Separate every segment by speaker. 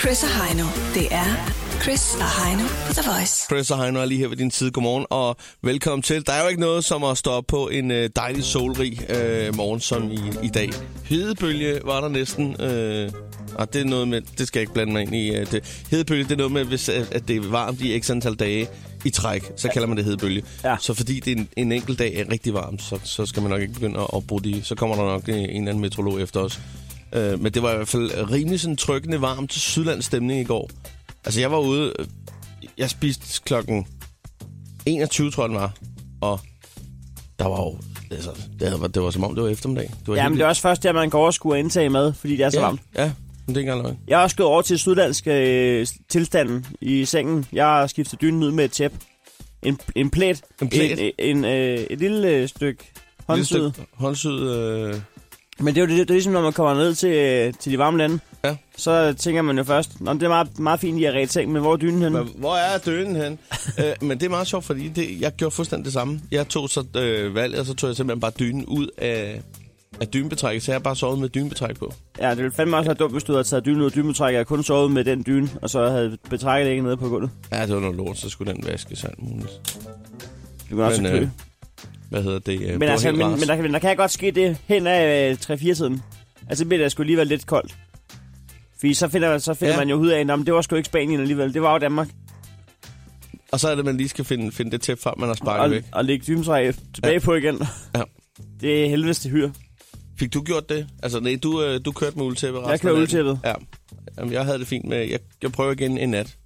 Speaker 1: Chris og Heino. Det er Chris og Heino på The Voice.
Speaker 2: Chris og Heino er lige her ved din side. Godmorgen og velkommen til. Der er jo ikke noget som at stå op på en øh, dejlig solrig øh, morgen som i, i dag. Hedebølge var der næsten. Øh, og det er noget med, det skal jeg ikke blande mig ind i. Øh, det. Hedebølge, det er noget med, hvis øh, at, at det er varmt i x antal dage i træk, så kalder man det hedebølge.
Speaker 3: Ja.
Speaker 2: Så fordi det er en, en enkelt dag er rigtig varm, så, så skal man nok ikke begynde at, at bruge de. Så kommer der nok øh, en eller anden metrolog efter os. Øh, men det var i hvert fald rimelig sådan trykkende varmt til Sydlands stemning i går. Altså, jeg var ude... øh, Jeg spiste klokken 21, tror jeg, den var. Og der var jo... Altså, det var, det var som om, det var eftermiddag. Det var
Speaker 3: Ja, men det er også først der, man går over og skulle indtage med, fordi det er så
Speaker 2: ja,
Speaker 3: varmt.
Speaker 2: Ja, men det er ikke engang løgn.
Speaker 3: Jeg er også gået over til sydlandsk øh, tilstanden i sengen. Jeg har skiftet dynen ud med et tæp. En, en plet.
Speaker 2: En plet.
Speaker 3: En, en, øh, et lille øh, stykke håndsyd.
Speaker 2: Lille stykke Håndsyd. Øh,
Speaker 3: Men det er jo det, det er ligesom, når man kommer ned til, øh, til de varme lande.
Speaker 2: Ja.
Speaker 3: Så tænker man jo først, Nå, men det er meget, meget fint, I har ret seng, men hvor er dynen henne?
Speaker 2: Men Hvor er døden hen? øh, men det er meget sjovt, fordi det, jeg gjorde fuldstændig det samme. Jeg tog så øh, valget, og så tog jeg simpelthen bare dynen ud af, af dynebetrækket, så jeg har bare sovet med dynebetræk på.
Speaker 3: Ja, det ville fandme også være dumt, hvis du havde taget dynen ud af dynebetrækket og kun sovet med den dyne, og så havde betrækket ikke nede på gulvet.
Speaker 2: Ja, det var noget lort, så skulle den vaskes og alt muligt.
Speaker 3: Du kan også
Speaker 2: Men,
Speaker 3: klø.
Speaker 2: øh, Hvad hedder det? Øh,
Speaker 3: Men, altså,
Speaker 2: Bornholm
Speaker 3: men,
Speaker 2: Rars.
Speaker 3: men, der, kan- der kan godt ske det hen af øh, 3-4-tiden. Altså, det bliver det sgu alligevel lidt koldt. Fordi så finder, man- så finder
Speaker 2: Ja.
Speaker 3: ja. man jo ud af, at det var sgu ikke Spanien alligevel. Det var jo Danmark.
Speaker 2: Og så er det, man lige skal finde, finde det tæt frem, man har sparket
Speaker 3: Og,
Speaker 2: væk.
Speaker 3: og lægge dynetræet tilbage
Speaker 2: Ja.
Speaker 3: ja. på igen.
Speaker 2: Ja.
Speaker 3: Det er helvedes til hyr.
Speaker 2: Fik du gjort det? Altså, nej, du, øh, du kørte med uldtæppet resten
Speaker 3: Jeg kører
Speaker 2: af natten.
Speaker 3: uldtæppet.
Speaker 2: Ja. Jamen, jeg havde det fint med... Jeg, jeg prøver igen en nat.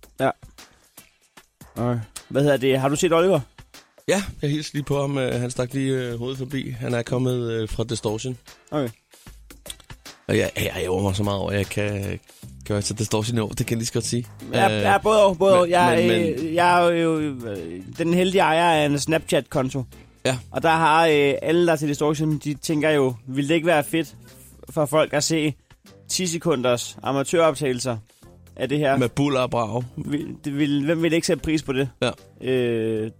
Speaker 3: Okay. Hvad hedder det? Har du set Oliver?
Speaker 2: Ja, jeg hilste lige på ham. øh, Han stak lige øh, hovedet forbi. Han er kommet øh, fra Distortion.
Speaker 3: Okay.
Speaker 2: Og jeg, jeg, jeg ærger mig så meget over, at jeg kan gøre til Distortion i år. Det kan jeg lige så godt sige.
Speaker 3: Ja,
Speaker 2: Øh,
Speaker 3: øh, ja både og. Både
Speaker 2: men-
Speaker 3: og. Jeg,
Speaker 2: men-
Speaker 3: men, men, jeg er jo øh, den heldige ejer af en Snapchat-konto.
Speaker 2: Ja.
Speaker 3: Og der har øh, alle, der er til Distortion, de tænker jo, ville det ikke være fedt for folk at se 10 sekunders amatøroptagelser af det her?
Speaker 2: Øh, Med buller og brag.
Speaker 3: Vil, det vil, hvem vil ikke sætte pris på det?
Speaker 2: Ja.
Speaker 3: Øh,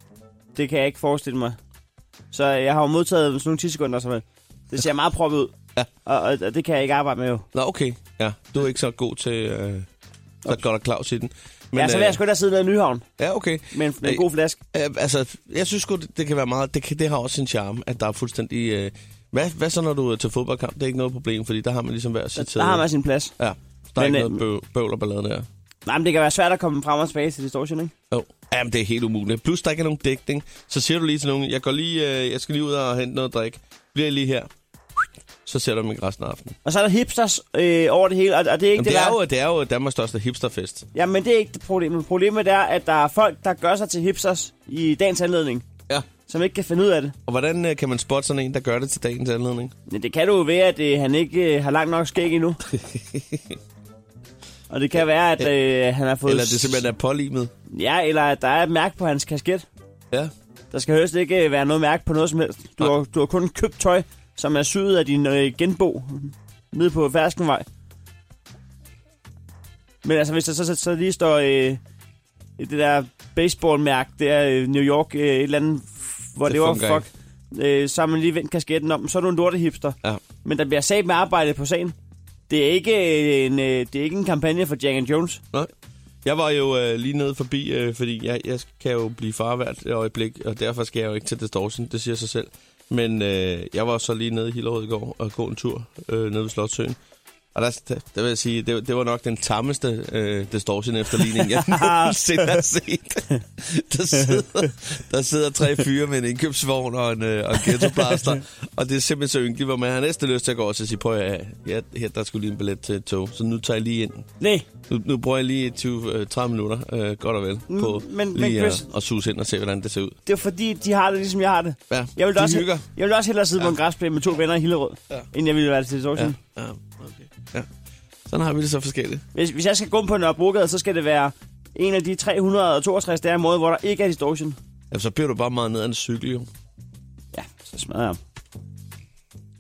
Speaker 3: det kan jeg ikke forestille mig. Så jeg har jo modtaget sådan nogle 10 sekunder, som er- det ser meget proppet ud.
Speaker 2: Ja.
Speaker 3: Og, og, og, det kan jeg ikke arbejde med jo.
Speaker 2: Nå, okay. Ja, du er ikke så god til... Øh, så godt og Claus i den. øh,
Speaker 3: Men, ja, så vil jeg sgu da sidde nede i Nyhavn
Speaker 2: ja, okay.
Speaker 3: med en, med en
Speaker 2: Øh,
Speaker 3: god flaske.
Speaker 2: Øh, altså, jeg synes sgu, det, det kan være meget... Det, kan, det har også sin charme, at der er fuldstændig... Øh, hvad, hvad så, når du er til fodboldkamp? Det er ikke noget problem, fordi der har man ligesom hver sit
Speaker 3: Der har man sin plads.
Speaker 2: Ja, der er
Speaker 3: Men,
Speaker 2: ikke
Speaker 3: øh,
Speaker 2: noget bøv, bøvl og ballade der.
Speaker 3: Nej, men det kan være svært at komme frem og tilbage til distortion, ikke?
Speaker 2: Jo. Jamen, det er helt umuligt. Plus, der ikke er nogen dækning. Så siger du lige til nogen, jeg, går lige, øh, jeg skal lige ud og hente noget drik. Bliver lige her. Så sætter du mig i resten af aftenen.
Speaker 3: Og så er der hipsters øh, over det hele, og, og det er ikke
Speaker 2: Jamen,
Speaker 3: det,
Speaker 2: det,
Speaker 3: der...
Speaker 2: er jo, det er jo Danmarks største hipsterfest.
Speaker 3: Ja, men det er ikke det problem. Problemet er, at der er folk, der gør sig til hipsters i dagens anledning,
Speaker 2: Ja.
Speaker 3: som ikke kan finde ud af det.
Speaker 2: Og hvordan øh, kan man spotte sådan en, der gør det til dagens anledning?
Speaker 3: Men det kan du jo ved, at øh, han ikke øh, har langt nok skæg endnu. og det kan være, at øh, han har fået...
Speaker 2: Eller det simpelthen er pålimet?
Speaker 3: Ja, eller at der er et mærke på hans kasket.
Speaker 2: Ja.
Speaker 3: Der skal helst ikke øh, være noget mærke på noget som helst. Du,
Speaker 2: Nej.
Speaker 3: har, du har kun købt tøj, som er syet af din øh, genbo nede på Ferskenvej. Men altså, hvis der så, så, så lige står øh, det der baseballmærke, det er øh, New York, øh, et eller andet, f- hvor
Speaker 2: Det
Speaker 3: det, det var
Speaker 2: fungerer
Speaker 3: fuck, øh, så har man lige vendt kasketten om, så er du en lortehipster.
Speaker 2: Ja.
Speaker 3: Men der bliver sat med arbejdet på sagen. Det er ikke øh, en, øh, det er ikke en kampagne for Jack and Jones.
Speaker 2: Nej. Jeg var jo øh, lige nede forbi, øh, fordi jeg, jeg kan jo blive far hvert øjeblik, og derfor skal jeg jo ikke til Distortion, det siger sig selv. Men øh, jeg var så lige nede i Hillerød i går og gå en tur øh, nede ved Slottøen. Og der, der, der vil jeg sige, det, det var nok den tammeste øh, distortion efterligning, jeg nogensinde har set. Der sidder, der sidder tre fyre med en indkøbsvogn og en, øh, og en ghettoblaster, og det er simpelthen så ynkeligt, hvor man har næsten lyst til at gå over til at sige, prøv at høre, her, her der skulle lige en billet til et tog, så nu tager jeg lige ind.
Speaker 3: Nej,
Speaker 2: Nu, nu bruger jeg lige 20-30 minutter, øh, godt og vel,
Speaker 3: Mm,
Speaker 2: på
Speaker 3: men- men
Speaker 2: lige
Speaker 3: Chris-
Speaker 2: at, at suge ind og se, hvordan det ser ud.
Speaker 3: det er fordi, de har det, ligesom jeg har det.
Speaker 2: Ja,
Speaker 3: Jeg vil
Speaker 2: de
Speaker 3: også,
Speaker 2: hygger.
Speaker 3: jeg vil også hellere sidde ja. på en græsplæne med to venner i Hillerød,
Speaker 2: Ja.
Speaker 3: ja. end jeg ville være til Distortion.
Speaker 2: Ja,
Speaker 3: Ja.
Speaker 2: ja, okay. ja. Sådan har vi det så forskelligt.
Speaker 3: Hvis, hvis jeg skal gå på Nørrebrogade, så skal det være en af de 362 dage om året, hvor der ikke er Distortion.
Speaker 2: Jamen, så bliver du bare meget ned ad en cykel, jo.
Speaker 3: Ja, så smadrer jeg. ham.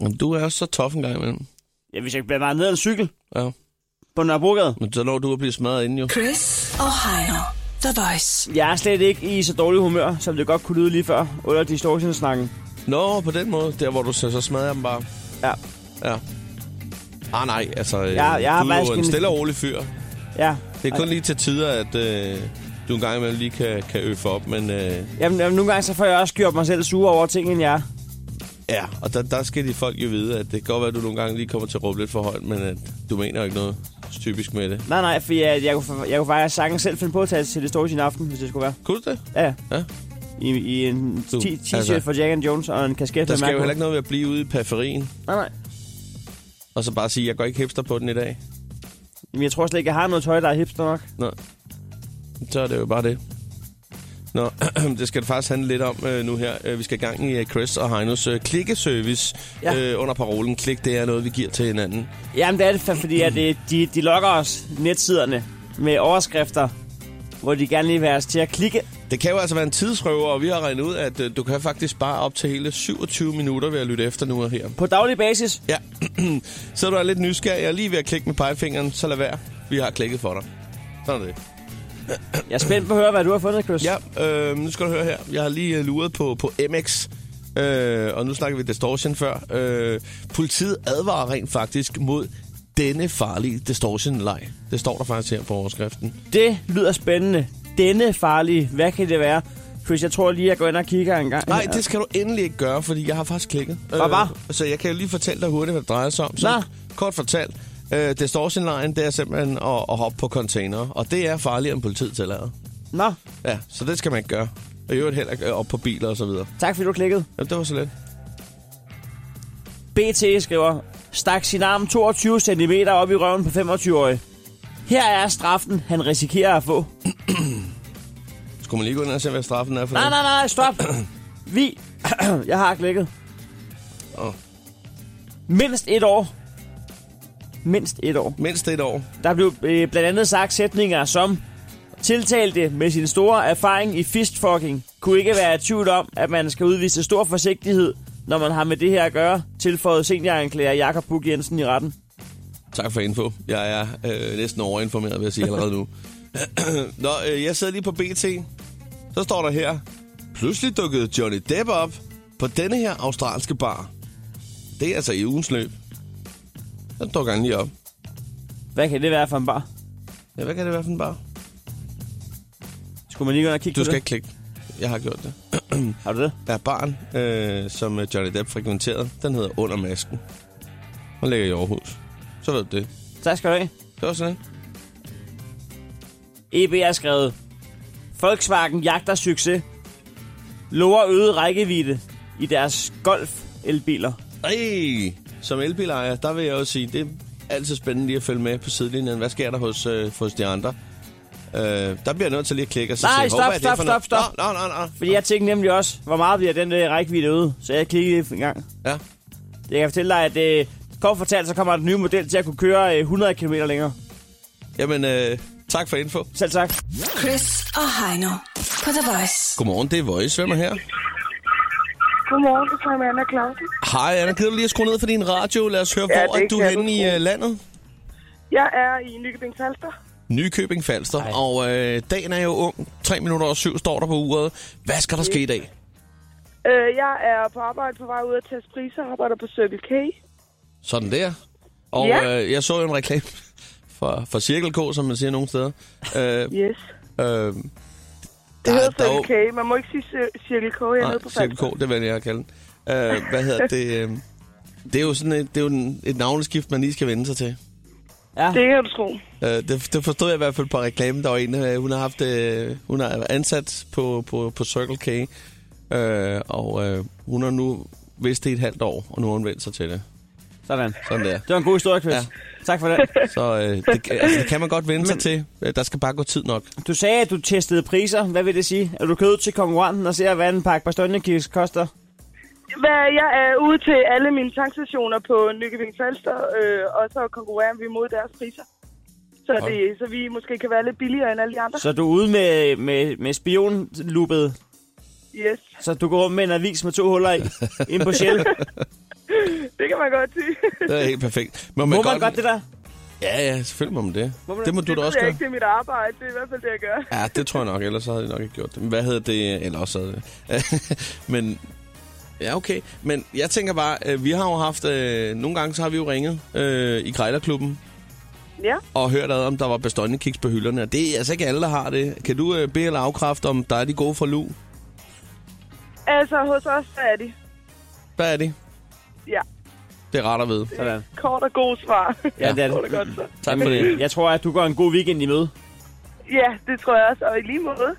Speaker 2: Jamen, du er også så tof en gang imellem.
Speaker 3: Ja, hvis jeg bliver meget ned ad en cykel
Speaker 2: Ja,
Speaker 3: på Nørrebrogade.
Speaker 2: men så når du at blive smadret inden, jo.
Speaker 1: Chris og Heino. The Voice.
Speaker 3: Jeg er slet ikke i så dårlig humør, som det godt kunne lyde lige før, under Distortion-snakken.
Speaker 2: Nå, på den måde, der hvor du så, så smadrer jeg dem bare.
Speaker 3: Ja,
Speaker 2: Ja. Ah, nej, altså, ja,
Speaker 3: jeg har
Speaker 2: du er jo
Speaker 3: faktisk
Speaker 2: en
Speaker 3: en-
Speaker 2: stille og rolig fyr.
Speaker 3: ja.
Speaker 2: Det er kun lige til tider, at øh, du en gang imellem lige kan, kan øffe op, men øh,
Speaker 3: Jamen, jamen, nogle gange så får jeg også gjort mig selv sur over ting, end jeg er.
Speaker 2: ja, og der, der skal de folk jo vide, at det kan godt være, at du nogle gange lige kommer til at råbe lidt for højt, men at du mener jo ikke noget typisk med det.
Speaker 3: Nej, nej, for jeg, jeg, kunne, fa- jeg kunne faktisk sagtens selv finde på at tage til distortion i aften, hvis det skulle være.
Speaker 2: Kunne du det?
Speaker 3: Ja, ja.
Speaker 2: Ja.
Speaker 3: I, i en
Speaker 2: Du,
Speaker 3: ti- t-shirt
Speaker 2: altså.
Speaker 3: fra Jack and Jones og en kasket
Speaker 2: Der
Speaker 3: med
Speaker 2: skal jo
Speaker 3: mærke på.
Speaker 2: heller ikke noget ved at blive ude i periferien,
Speaker 3: Nej, nej.
Speaker 2: og så bare sige, jeg går ikke hipster på den i dag.
Speaker 3: Jamen, jeg tror slet ikke, jeg har noget tøj, der er hipster nok.
Speaker 2: Så er det jo bare det. Nå, det skal det faktisk handle lidt om øh, nu her. Øh, Vi skal i gang i øh, Chris og Heinos øh, klikkeservice
Speaker 3: Ja.
Speaker 2: ja. øh, under parolen. Klik, det er noget, vi giver til hinanden.
Speaker 3: Jamen, det er det, fa- fordi at, øh, de, de lokker os netsiderne med overskrifter, hvor de gerne lige vil have os til at klikke.
Speaker 2: Det kan jo altså være en tidsrøver, og vi har regnet ud, at øh, du kan faktisk spare op til hele 27 minutter ved at lytte efter nu og her.
Speaker 3: På daglig basis,
Speaker 2: Ja, så du er lidt nysgerrig og lige ved at klikke med pegefingeren, så lad være. Vi har klikket for dig. Sådan er det.
Speaker 3: jeg er spændt på at høre, hvad du har fundet, Chris.
Speaker 2: Ja, øh, nu skal du høre her. Jeg har lige øh, luret på, på MX, øh, og nu snakker vi distortion før. Øh, politiet advarer rent faktisk mod denne farlige distortion-leg. Det står der faktisk her på overskriften.
Speaker 3: Det lyder spændende. Denne farlige, hvad kan det være? Chris, jeg tror lige, jeg går ind og kigger en gang.
Speaker 2: Nej, det skal du endelig ikke gøre, fordi jeg har faktisk klikket. Øh,
Speaker 3: Hvad var?
Speaker 2: så jeg kan jo lige fortælle dig hurtigt, hvad det drejer sig om. Så
Speaker 3: Nå.
Speaker 2: kort fortalt, øh, distortion line, det er simpelthen at, at hoppe på container, og det er farligere end politiet tillader.
Speaker 3: Nå,
Speaker 2: Ja, så det skal man ikke gøre. Og i øvrigt heller ikke øh, op på biler og så videre.
Speaker 3: tak fordi du klikkede.
Speaker 2: Jamen, det var så let.
Speaker 3: BT skriver, stak sin arm 22 cm op i røven på 25-årig. Her er straffen, han risikerer at få.
Speaker 2: Skulle man lige gå ind og se, hvad straffen er for
Speaker 3: Nej,
Speaker 2: det?
Speaker 3: nej, nej, stop. Vi, jeg har klikket.
Speaker 2: Åh.
Speaker 3: Mindst et år. Mindst et år.
Speaker 2: Mindst et år.
Speaker 3: Der blev øh, blandt andet sagt sætninger som Tiltalte med sin store erfaring i fistfucking kunne ikke være i tvivl om, at man skal udvise stor forsigtighed, når man har med det her at gøre, tilføjede senioranklager Jakob Bug Jensen i retten.
Speaker 2: Tak for info. Jeg er øh, næsten overinformeret, vil jeg sige allerede nu. Nå, øh, jeg sidder lige på BT. Så står der her. Pludselig dukkede Johnny Depp op på denne her australske bar. Det er altså i ugens løb. Så dukker han lige op.
Speaker 3: Hvad kan det være for en bar?
Speaker 2: Ja, hvad kan det være for en bar?
Speaker 3: Skulle man lige gå ind og kigge
Speaker 2: Du
Speaker 3: på
Speaker 2: skal
Speaker 3: det?
Speaker 2: ikke klikke. Jeg har gjort det.
Speaker 3: Har du det?
Speaker 2: Der er barn, øh, som øh, Johnny Depp frekventerede. Den hedder Under Masken. Hun ligger i Aarhus. Så ved du det.
Speaker 3: Tak skal du have.
Speaker 2: Det var sådan.
Speaker 3: EB E har skrevet, Volkswagen jagter succes, lover øget rækkevidde i deres Golf-elbiler.
Speaker 2: Ej, som elbilejer, der vil jeg også sige, det er altid spændende lige at følge med på sidelinjen. Hvad sker der hos, øh, hos de andre? Øh, der bliver jeg nødt til lige at klikke og så
Speaker 3: Nej,
Speaker 2: se,
Speaker 3: stop,
Speaker 2: "Hov, hvad er det
Speaker 3: stop,
Speaker 2: for noget?"
Speaker 3: stop, stop.
Speaker 2: Nå, nå, nå, nå.
Speaker 3: Fordi jeg tænkte nemlig også, hvor meget bliver den der rækkevidde ude, så jeg kiggede en gang.
Speaker 2: Ja,
Speaker 3: Jeg kan fortælle dig, at øh, kort fortalt, så kommer den nye model til at kunne køre øh, 100 km længere.
Speaker 2: jamen øh, tak for info.
Speaker 3: Selv tak.
Speaker 1: Chris og Heino på The Voice.
Speaker 2: Godmorgen, det er Voice. Hvem er her?
Speaker 4: Godmorgen, det er Anna Clausen.
Speaker 2: Hej Anna, kan du lige skrue ned for din radio? Lad os høre,
Speaker 4: Ja,
Speaker 2: hvor
Speaker 4: det
Speaker 2: er du
Speaker 4: kan du
Speaker 2: henne i
Speaker 4: tro.
Speaker 2: øh, landet?
Speaker 4: Jeg er i Nykøbing Falster.
Speaker 2: Nykøbing Falster,
Speaker 3: Ej.
Speaker 2: og øh, dagen er jo ung. 3 minutter og syv står der på uret. Hvad skal der ske i dag?
Speaker 4: Øh, jeg er på arbejde på vej ud at teste priser, arbejder på Circle K.
Speaker 2: Sådan der. Og
Speaker 4: Ja.
Speaker 2: øh, jeg så jo en reklame for, for Cirkel K, som man siger nogle steder. Øh,
Speaker 4: Yes.
Speaker 2: Øh,
Speaker 4: Det hedder Circle
Speaker 2: K.
Speaker 4: K. Man må ikke sige Cir- Circle K, jeg er nede på
Speaker 2: Nej, Cirkel
Speaker 4: Falster.
Speaker 2: K, det vælger jeg at kalde den. øh, Hvad hedder det? øh, Det er jo sådan et, det er jo en- et navneskift, man lige skal vende sig til.
Speaker 3: Ja.
Speaker 4: Det kan du tro.
Speaker 2: Øh, det, det forstod jeg i hvert fald på reklamen. Der var en, øh, hun har haft, øh, hun har ansat på, på, på Circle K, øh, og øh, hun har nu vidst det i et halvt år, og nu har hun vendt sig til det.
Speaker 3: Sådan.
Speaker 2: Sådan der.
Speaker 3: Det var en god historie, Chris.
Speaker 2: Ja.
Speaker 3: Ja. Tak for det.
Speaker 2: Så øh, det, altså, det kan man godt vende sig til. Øh, Der skal bare gå tid nok.
Speaker 3: Du sagde, at du testede priser. Hvad vil det sige? Er du kød til konkurrenten og ser, hvad en pakke Bastogne-kiks koster?
Speaker 4: Hvad, jeg er ude til alle mine tankstationer på Nykøbing Falster, øh, og så konkurrerer vi mod deres priser. Så, det, så vi måske kan være lidt billigere end alle de andre.
Speaker 3: Så du er ude med, med, med spionluppet,
Speaker 4: Yes,
Speaker 3: så du går rundt med en avis med to huller i, ind på Shell.
Speaker 4: det kan man godt sige.
Speaker 2: Det er helt perfekt. Må
Speaker 3: Må man godt det der?
Speaker 2: Ja, ja, selvfølgelig må man det.
Speaker 3: Må man
Speaker 2: det må
Speaker 3: det?
Speaker 2: du da
Speaker 4: det
Speaker 2: også
Speaker 4: er
Speaker 2: gøre.
Speaker 4: ikke til mit arbejde, det er i hvert fald det, jeg gør.
Speaker 2: Ja, det tror jeg nok, ellers så havde de nok ikke gjort det. Men Hvad hedder det? Eller også havde det. Men, ja okay. Men jeg tænker bare, øh, vi har jo haft, øh, nogle gange så har vi jo ringet øh, i Grejlerklubben
Speaker 4: Ja.
Speaker 2: og hørt ad, om der var bestående på hylderne. Og det er altså ikke alle, der har det. Kan du øh, bede eller afkræfte, om der er de gode fra Lu?
Speaker 4: Altså, hos os der er de.
Speaker 2: Der er de.
Speaker 4: Ja.
Speaker 2: Det er rart at vide.
Speaker 3: Sådan.
Speaker 4: Kort og god svar.
Speaker 3: Ja, det er
Speaker 4: Kort og
Speaker 3: det.
Speaker 4: godt svar.
Speaker 2: Tak for det.
Speaker 3: Jeg tror, at du går en god weekend i møde.
Speaker 4: Ja, det tror jeg også. Og i lige måde.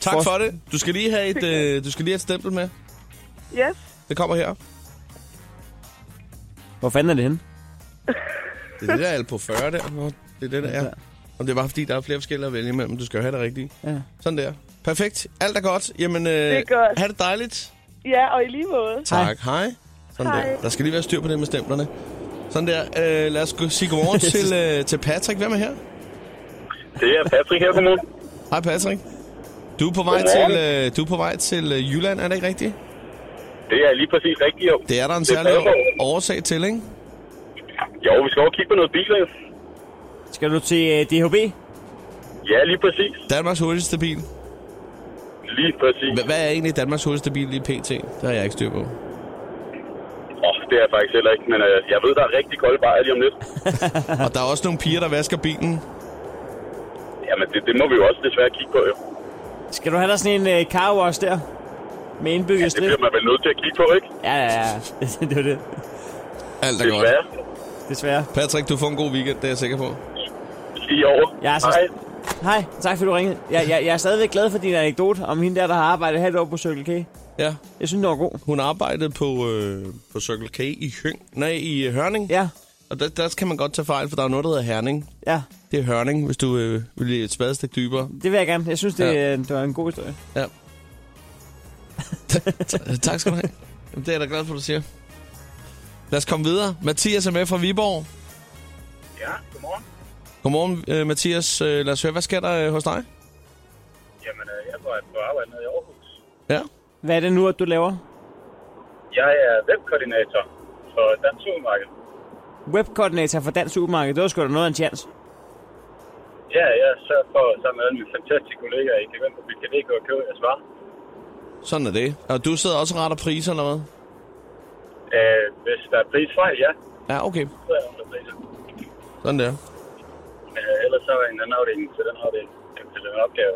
Speaker 2: Tak for det. Du skal lige have et, øh, du skal lige have et stempel med.
Speaker 4: Yes.
Speaker 2: Det kommer her.
Speaker 3: Hvor fanden er det henne?
Speaker 2: Det er det der alt på 40 der. Nå, Det er det, der er. Og det er bare fordi, der er flere forskellige at vælge imellem. Du skal jo have det rigtige.
Speaker 3: Ja.
Speaker 2: Sådan der. Perfekt. Alt er godt. Jamen, øh, det
Speaker 4: er godt.
Speaker 2: ha' det dejligt.
Speaker 4: Ja, og i lige måde.
Speaker 2: Tak. Hej. Sådan
Speaker 4: Hej.
Speaker 2: der. Der skal lige være styr på det med stemplerne. Sådan der. Øh, lad os gå- sige godmorgen til, øh, til Patrick. Hvem er her?
Speaker 5: Det er Patrick her nu.
Speaker 2: Hej Patrick. Du er på vej
Speaker 5: Godmorgen.
Speaker 2: til, øh, du er på vej til øh, Jylland, er det ikke rigtigt?
Speaker 5: Det er lige præcis rigtigt, jo.
Speaker 2: Det er der en
Speaker 5: Det
Speaker 2: særlig
Speaker 5: passer.
Speaker 2: årsag til, ikke?
Speaker 5: Jo, vi skal over og kigge på noget bil, jo.
Speaker 3: Skal du til øh, DHB?
Speaker 5: Ja, lige præcis.
Speaker 2: Danmarks hurtigste bil.
Speaker 5: Lige præcis.
Speaker 2: Hva- Hvad er egentlig Danmarks hurtigste bil lige pt? Det har jeg ikke styr på.
Speaker 5: Oh, det er jeg faktisk heller ikke, men øh, jeg ved, der er rigtig kolde bajer lige om lidt.
Speaker 2: Og der er også nogle piger, der vasker bilen.
Speaker 5: Jamen, det, det må vi jo også desværre kigge på, jo.
Speaker 3: Skal du have dig sådan en øh, car wash der? Med indbygget
Speaker 5: Det
Speaker 3: strip?
Speaker 5: bliver man vel nødt til at kigge på, ikke?
Speaker 3: Ja, ja, ja. det det var det.
Speaker 2: Alt er godt.
Speaker 5: Desværre.
Speaker 3: Desværre.
Speaker 2: Patrick, du får en god weekend, det er jeg sikker på.
Speaker 5: I over.
Speaker 3: Ja, så-
Speaker 5: Hej.
Speaker 3: Hej, tak fordi du ringede. Jeg, jeg, jeg er stadigvæk glad for din anekdote om hende der, der har arbejdet halvt år på Circle K.
Speaker 2: Ja,
Speaker 3: Jeg synes, den var god.
Speaker 2: hun arbejdede på, øh, på Circle K i, Høng, nej, i øh, Hørning.
Speaker 3: Ja,
Speaker 2: Og der, der kan man godt tage fejl, for der er noget, der hedder Herning.
Speaker 3: ja.
Speaker 2: Det er Hørning, hvis du øh, vil lige et spadestik dybere.
Speaker 3: Det vil jeg gerne. Jeg synes, det,
Speaker 2: Ja.
Speaker 3: ja. det var en god historie.
Speaker 2: Ja. Ta- tak skal du have. Jamen, Det er jeg da glad for, du siger. Lad os komme videre. Mathias er med fra Viborg.
Speaker 5: Ja, godmorgen.
Speaker 2: Godmorgen, øh, Mathias. Øh, lad os høre, hvad sker der øh, hos dig?
Speaker 5: Jamen, øh, jeg går på arbejde nede i Aarhus.
Speaker 2: Ja.
Speaker 3: Hvad er det nu, at du laver?
Speaker 5: Jeg er webkoordinator for Dansk Supermarked.
Speaker 3: Webkoordinator for Dansk Supermarked. Det var sgu da noget af en chance.
Speaker 5: Ja, jeg sørger for sammen med alle mine fantastiske kollegaer i Kevin på BKD og købe jeres varer.
Speaker 2: Sådan er det. Og du sidder også og retter priser, eller hvad?
Speaker 5: Øh, hvis der er prisfejl, ja,
Speaker 2: Ja, okay.
Speaker 5: så er der priser.
Speaker 2: Sådan der.
Speaker 5: Men øh, ellers så er en anden afdeling til den afdeling til den opgave.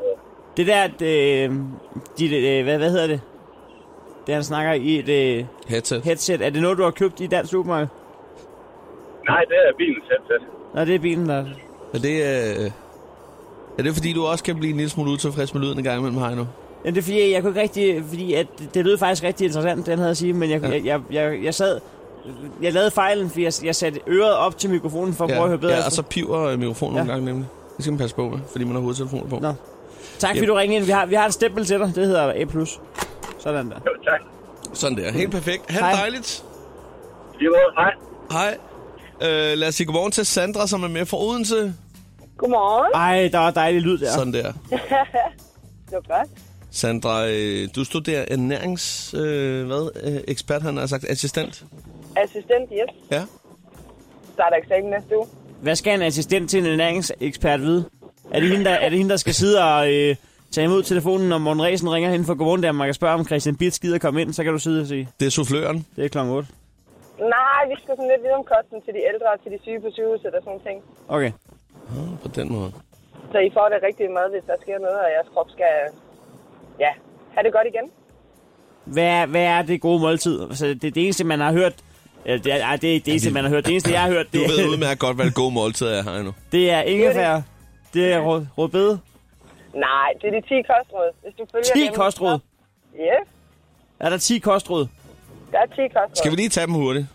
Speaker 3: Det der, at, øh, dit, øh, hvad, hvad hedder det? Det, han snakker i et øh,
Speaker 2: Headset.
Speaker 3: headset. Er det noget, du har købt i Dansk Supermarked?
Speaker 5: Nej, det er bilens headset.
Speaker 3: Nå, det er bilen, der...
Speaker 2: Er det, øh, er det fordi, du også kan blive en lille smule utilfreds med lyden en gang imellem, Heino?
Speaker 3: Jamen, det er fordi, jeg kunne ikke rigtig... Fordi at det lød faktisk rigtig interessant, den havde at sige, men jeg, ja. jeg, jeg, jeg, jeg sad... Jeg lavede fejlen, fordi jeg, jeg satte øret op til mikrofonen for at prøve at høre bedre
Speaker 2: ja og
Speaker 3: efter.
Speaker 2: så piver øh, mikrofonen nogle
Speaker 3: Ja.
Speaker 2: gange nemlig. Det skal man passe på med, fordi man har hovedtelefoner på.
Speaker 3: Nå. Tak fordi
Speaker 2: Jamen.
Speaker 3: du ringede ind. Vi har, vi har et stempel til dig. Det hedder A+. Sådan der.
Speaker 5: Jo, tak.
Speaker 2: Sådan der. Helt perfekt. Ha'
Speaker 3: Hej.
Speaker 2: det dejligt.
Speaker 5: I Lige måde, hej.
Speaker 2: Hej. Øh, lad os sige godmorgen til Sandra, som er med fra Odense.
Speaker 4: Godmorgen.
Speaker 3: Ej, der var dejlig lyd der.
Speaker 2: Ja. Sådan der.
Speaker 4: Det var godt.
Speaker 2: Sandra, øh, du studerer ernærings... Øh, hvad? Øh, ekspert, han har sagt. Assistent.
Speaker 4: Assistent, yes.
Speaker 2: Ja.
Speaker 4: Starter eksamen næste uge.
Speaker 3: Hvad skal en assistent til en ernæringsekspert vide? Er det hende, der, er det hende, der skal sidde og øh, tage imod telefonen, når Morten Ræsen ringer hen for Godmorgen Danmark og spørger, om Christian Bitt gider komme ind? Så kan du sidde og sige,
Speaker 2: Det er souffløren.
Speaker 3: det er klokken 8.
Speaker 4: Nej, vi skal sådan lidt videre om kosten til de ældre og til de syge på sygehuset og sådan nogle ting.
Speaker 3: Okay.
Speaker 2: På den måde.
Speaker 4: Så I får det rigtige mad, hvis der sker noget, og jeres krop skal ja, have det godt igen.
Speaker 3: Hvad, er- hvad er det gode måltid? Altså, det, det eneste, man har hørt... Eller, det, er, ej, det er ikke det eneste, man har hørt. Det eneste, jeg har hørt,
Speaker 2: Du
Speaker 3: det,
Speaker 2: ved udmærket godt, hvad det gode måltid er, Heino.
Speaker 3: det er ingefær. Det er rød- rødbede.
Speaker 4: Nej, det er de 10 kostråd. Hvis du følger
Speaker 3: 10
Speaker 4: dem,
Speaker 3: kostråd.
Speaker 4: så- Yes,
Speaker 3: Er der 10 kostråd?
Speaker 4: der er 10 kostråd.
Speaker 2: Skal vi lige tage dem hurtigt?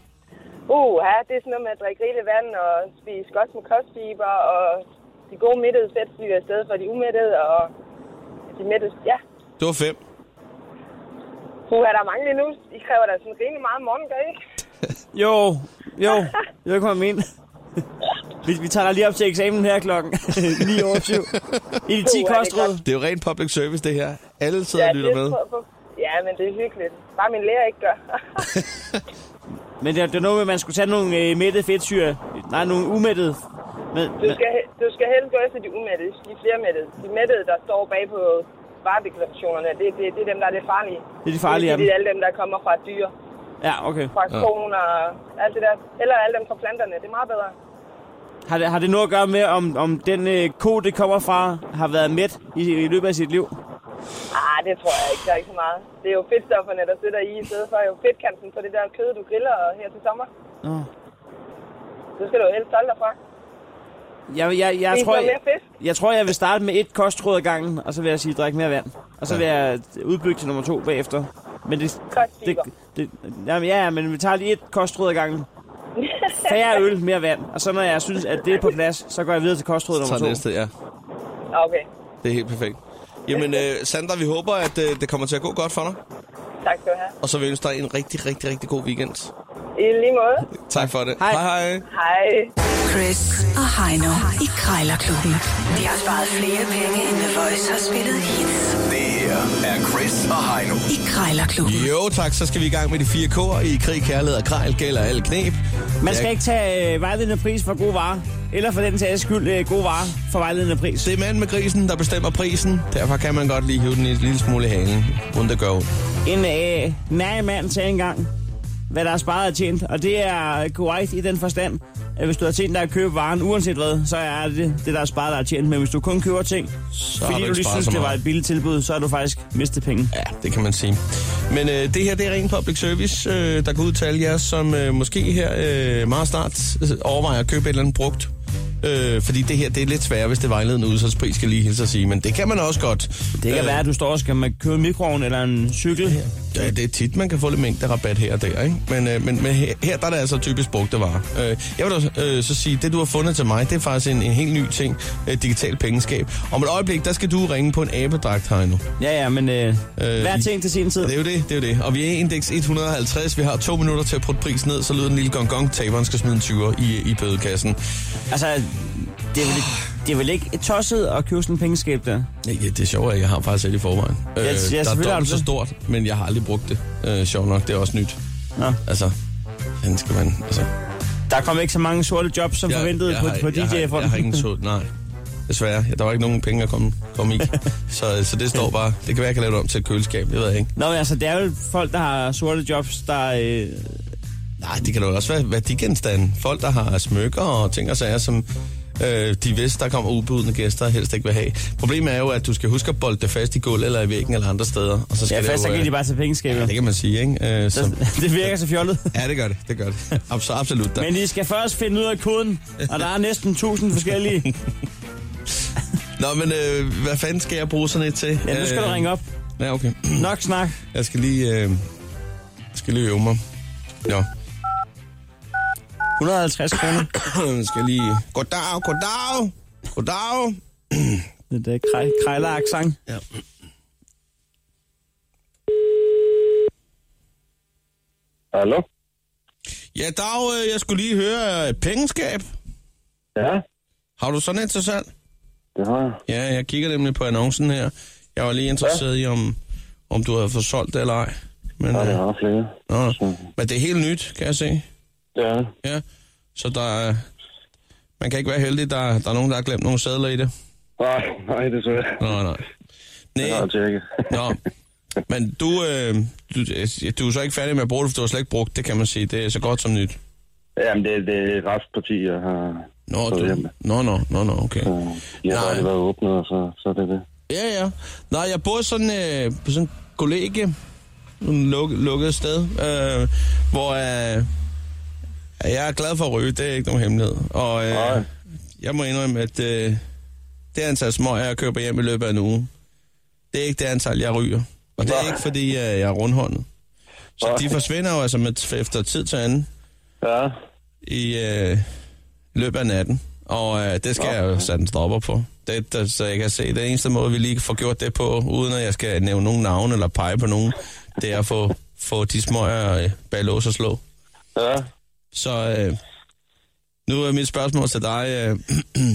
Speaker 4: Uh, ja, det er sådan noget med at drikke rigeligt vand og spise godt med kostfiber, og de gode mættede fedtsyre i stedet for de umættede, og de mættede... Ja,
Speaker 2: Det var fem.
Speaker 4: uh, der er mange lige nu. I kræver da sådan rimelig meget morgen, gør I ikke?
Speaker 3: Jo, jo. Jeg ved ikke, hvad jeg mener. Vi, vi tager dig lige op til eksamen her klokken 9 over 7. I de 10
Speaker 4: det er
Speaker 3: kostråd.
Speaker 2: Det er jo rent public service, det her. Alle sidder og lytter
Speaker 4: det
Speaker 2: med.
Speaker 4: tror jeg på. Ja, men det er hyggeligt. Bare min lærer ikke gør.
Speaker 3: Men det, det er noget med, at man skulle tage nogle øh, mættede fedtsyre. Nej, nogle umættede. Men,
Speaker 4: Du
Speaker 3: men,
Speaker 4: skal, he- du skal helst gå efter de umættede, de flere mættede. De mættede, der står bag på varedeklarationerne, det, det, det er dem, der er det farlige.
Speaker 3: Det er de farlige af
Speaker 4: Det er
Speaker 3: dem.
Speaker 4: alle dem, der kommer fra dyr,
Speaker 3: Ja, okay.
Speaker 4: fra skoen og alt det der. Eller alle dem fra planterne, det er meget bedre.
Speaker 3: Har det, har det noget at gøre med, om, om den øh, ko, det kommer fra, har været mæt i, i løbet af sit liv?
Speaker 6: Ah, det tror jeg ikke. Der er ikke så meget. Det er jo fedtstofferne, der sidder i, i stedet for jo fedtkanten på det der kød, du griller her til sommer.
Speaker 3: Nå.
Speaker 6: Så skal du jo helst holde dig fra.
Speaker 3: Jeg, jeg, jeg,
Speaker 6: Det er
Speaker 3: tror,
Speaker 6: noget
Speaker 3: jeg,
Speaker 6: mere fedt.
Speaker 3: jeg tror, jeg vil starte med et kostråd ad gangen, og så vil jeg sige, drik mere vand. Og så vil jeg udbygge til nummer to bagefter. Men det, det,
Speaker 6: Kostfiber.
Speaker 3: det, jamen, ja, ja, men vi tager lige et kostråd ad gangen. Færre øl, mere vand. Og så når jeg synes, at det er på plads, så går jeg videre til kostråd nummer
Speaker 2: Så
Speaker 3: to.
Speaker 2: næste, ja.
Speaker 6: Okay,
Speaker 2: Det er helt perfekt. Jamen, øh, Sandra, vi håber, at øh, det kommer til at gå godt for dig.
Speaker 6: tak skal du have.
Speaker 2: Og så vil jeg ønske dig en rigtig, rigtig, rigtig god weekend.
Speaker 6: I lige måde.
Speaker 2: Tak for det.
Speaker 3: Hej.
Speaker 2: hej. hej.
Speaker 6: Hej.
Speaker 1: Chris og Heino i Krejlerklubben. De har sparet flere penge, end The Voice har spillet hits
Speaker 7: Det her er Chris og Heino.
Speaker 1: i Krejlerklubben.
Speaker 2: Jo tak, så skal vi i gang med de fire kår i krig, kærlighed og krejl gælder alle knep.
Speaker 3: Man skal
Speaker 2: Ja,
Speaker 3: ikke tage øh, vejledende pris for gode varer. Eller for den sags skyld, øh, gode varer for vejledende pris.
Speaker 2: Det er manden med grisen, der bestemmer prisen. Derfor kan man godt lige hive den en lille smule i halen, uden det gør ondt.
Speaker 3: En øh, nær mand sagde engang, hvad der er sparet og tjent. Og det er korrekt i den forstand, at hvis du har tænkt dig at købe varen, uanset hvad, så er det det, der er sparet, der er tjent. Men hvis du kun køber ting,
Speaker 2: Så har
Speaker 3: fordi
Speaker 2: du
Speaker 3: du
Speaker 2: ikke
Speaker 3: lige
Speaker 2: sparet
Speaker 3: synes,
Speaker 2: så
Speaker 3: det var
Speaker 2: meget.
Speaker 3: et billigt tilbud, så har du faktisk mistet penge.
Speaker 2: Ja, det kan man sige. Men øh, det her, det er rent public service, øh, der går ud til alle jer, som øh, måske her øh, meget snart øh, overvejer at købe et eller andet brugt. Øh, fordi det her, det er lidt sværere, hvis det er vejledende udsalgspris, skal jeg lige hilse at sige. Men det kan man også godt. Øh,
Speaker 3: Det kan være, at du står og skal man købe mikroovn eller en cykel.
Speaker 2: Ja, det er tit, man kan få lidt mængde rabat her og der, ikke? Men, øh, men, men her, her der er det altså typisk brugte varer. Øh, jeg vil også øh, så sige, det du har fundet til mig, det er faktisk en, en helt ny ting, øh, digital pengeskab. Om et øjeblik, der skal du ringe på en abedragt, Heino.
Speaker 3: Ja, ja, men øh, hver
Speaker 2: i-
Speaker 3: ting til sin tid.
Speaker 2: Det er jo det, det er jo det. Og vi er i indeks 150, vi har to minutter til at putte prisen ned, så lyder den lille gong gong, taberen skal smide en 20'er i, i bødekassen.
Speaker 3: Altså, det er vel, det er vel ikke tosset at købe sådan en pengeskab der?
Speaker 2: Ja, ja, det er sjovt, at jeg har faktisk selv i forvejen. Øh, der
Speaker 3: ja,
Speaker 2: er
Speaker 3: selvfølgelig har du
Speaker 2: dobbelt så
Speaker 3: det.
Speaker 2: stort, men jeg har aldrig brugt det. Øh, sjovt nok, det er også nyt.
Speaker 3: Nå.
Speaker 2: Altså, den skal man... Altså,
Speaker 3: Der kom ikke så mange sorte jobs, som forventet på,
Speaker 2: har-
Speaker 3: på
Speaker 2: jeg har- Jeg har
Speaker 3: DJ-fronten.
Speaker 2: ingen så, nej. Desværre, ja, der var ikke nogen penge at komme, komme i. så, så det står bare, det kan være, jeg kan lave det om til et køleskab, det ved jeg ikke.
Speaker 3: Nå, men altså, det er jo folk, der har sorte jobs, der... Øh,
Speaker 2: Nej, det kan da også være værdigenstande. Folk, der har smykker og ting og sager, som øh, de vidste, der kommer ubudne gæster, helst ikke vil have. Problemet er jo, at du skal huske at bolde det fast i gulvet eller i væggen eller andre steder. Og så skal
Speaker 3: ja,
Speaker 2: det
Speaker 3: fast så
Speaker 2: jo,
Speaker 3: kan
Speaker 2: øh,
Speaker 3: de bare tage pengeskabet.
Speaker 2: Ja, det kan man sige, ikke? Øh, så,
Speaker 3: det, det virker så fjollet.
Speaker 2: ja, det gør det, det gør det. Abs- absolut. Der.
Speaker 3: Men I skal først finde ud af koden, og der er næsten 1000 forskellige.
Speaker 2: Nå, men øh, hvad fanden skal jeg bruge sådan et til?
Speaker 3: Ja, nu skal du
Speaker 2: Øh,
Speaker 3: ringe op.
Speaker 2: Ja, okay.
Speaker 3: Nok snak.
Speaker 2: Jeg skal lige, øh, jeg skal lige øve mig. Nå.
Speaker 3: 150 kroner.
Speaker 2: Jeg skal lige... Goddag, goddag! Goddag!
Speaker 3: Det er krej, krejler accent.
Speaker 2: Ja.
Speaker 5: Hallo?
Speaker 2: Ja, dag, øh, jeg skulle lige høre øh, pengeskab.
Speaker 5: Ja,
Speaker 2: Har du sådan et til salg?
Speaker 5: det har jeg.
Speaker 2: Ja, jeg kigger nemlig på annoncen her. Jeg var lige interesseret ja. i, om, om du havde fået solgt det eller ej. Men,
Speaker 5: Ja, det
Speaker 2: øh,
Speaker 5: har flere.
Speaker 2: nå, men det er helt nyt, kan jeg se.
Speaker 5: Ja,
Speaker 2: Ja. Så der er, man kan ikke være heldig, der, der er nogen, der har glemt nogle sædler i det.
Speaker 5: nej, nej, desværre.
Speaker 2: Nej, nej.
Speaker 5: Det har
Speaker 2: Nej,
Speaker 5: jeg tjekket.
Speaker 2: nå. Men du, øh, du, du er så ikke færdig med at bruge det, for du har slet ikke brugt det, kan man sige. Det er så godt som nyt.
Speaker 5: Jamen, det, det er restparti, jeg har...
Speaker 2: Nå,
Speaker 5: fået
Speaker 2: du,
Speaker 5: hjem.
Speaker 2: nå, nå, nå, nå, okay.
Speaker 5: Så de har
Speaker 2: Nej.
Speaker 5: aldrig været åbnet, og så, så er det det.
Speaker 2: Ja, ja. Nej, jeg bor sådan, øh, på sådan en kollegie, en luk, lukket sted, øh, hvor øh, jeg er glad for at ryge, det er ikke nogen hemmelighed. Og øh,
Speaker 5: Nej.
Speaker 2: jeg må indrømme, at øh, det antal smøger, jeg køber hjem i løbet af en uge, det er ikke det antal, jeg ryger. Og det er
Speaker 5: Nej.
Speaker 2: ikke, fordi øh, jeg er rundhåndet. Så
Speaker 5: Nej.
Speaker 2: de forsvinder jo altså med, efter tid til anden
Speaker 5: Ja,
Speaker 2: i øh, løbet af natten. Og øh, det skal jeg jo sætte en stopper på. Det, der, så jeg kan se, det eneste måde, vi lige får gjort det på, uden at jeg skal nævne nogen navne eller pege på nogen, det er at få, få de smøger øh, bag lås og slå.
Speaker 5: ja.
Speaker 2: Så øh, nu er mit spørgsmål til dig. Øh,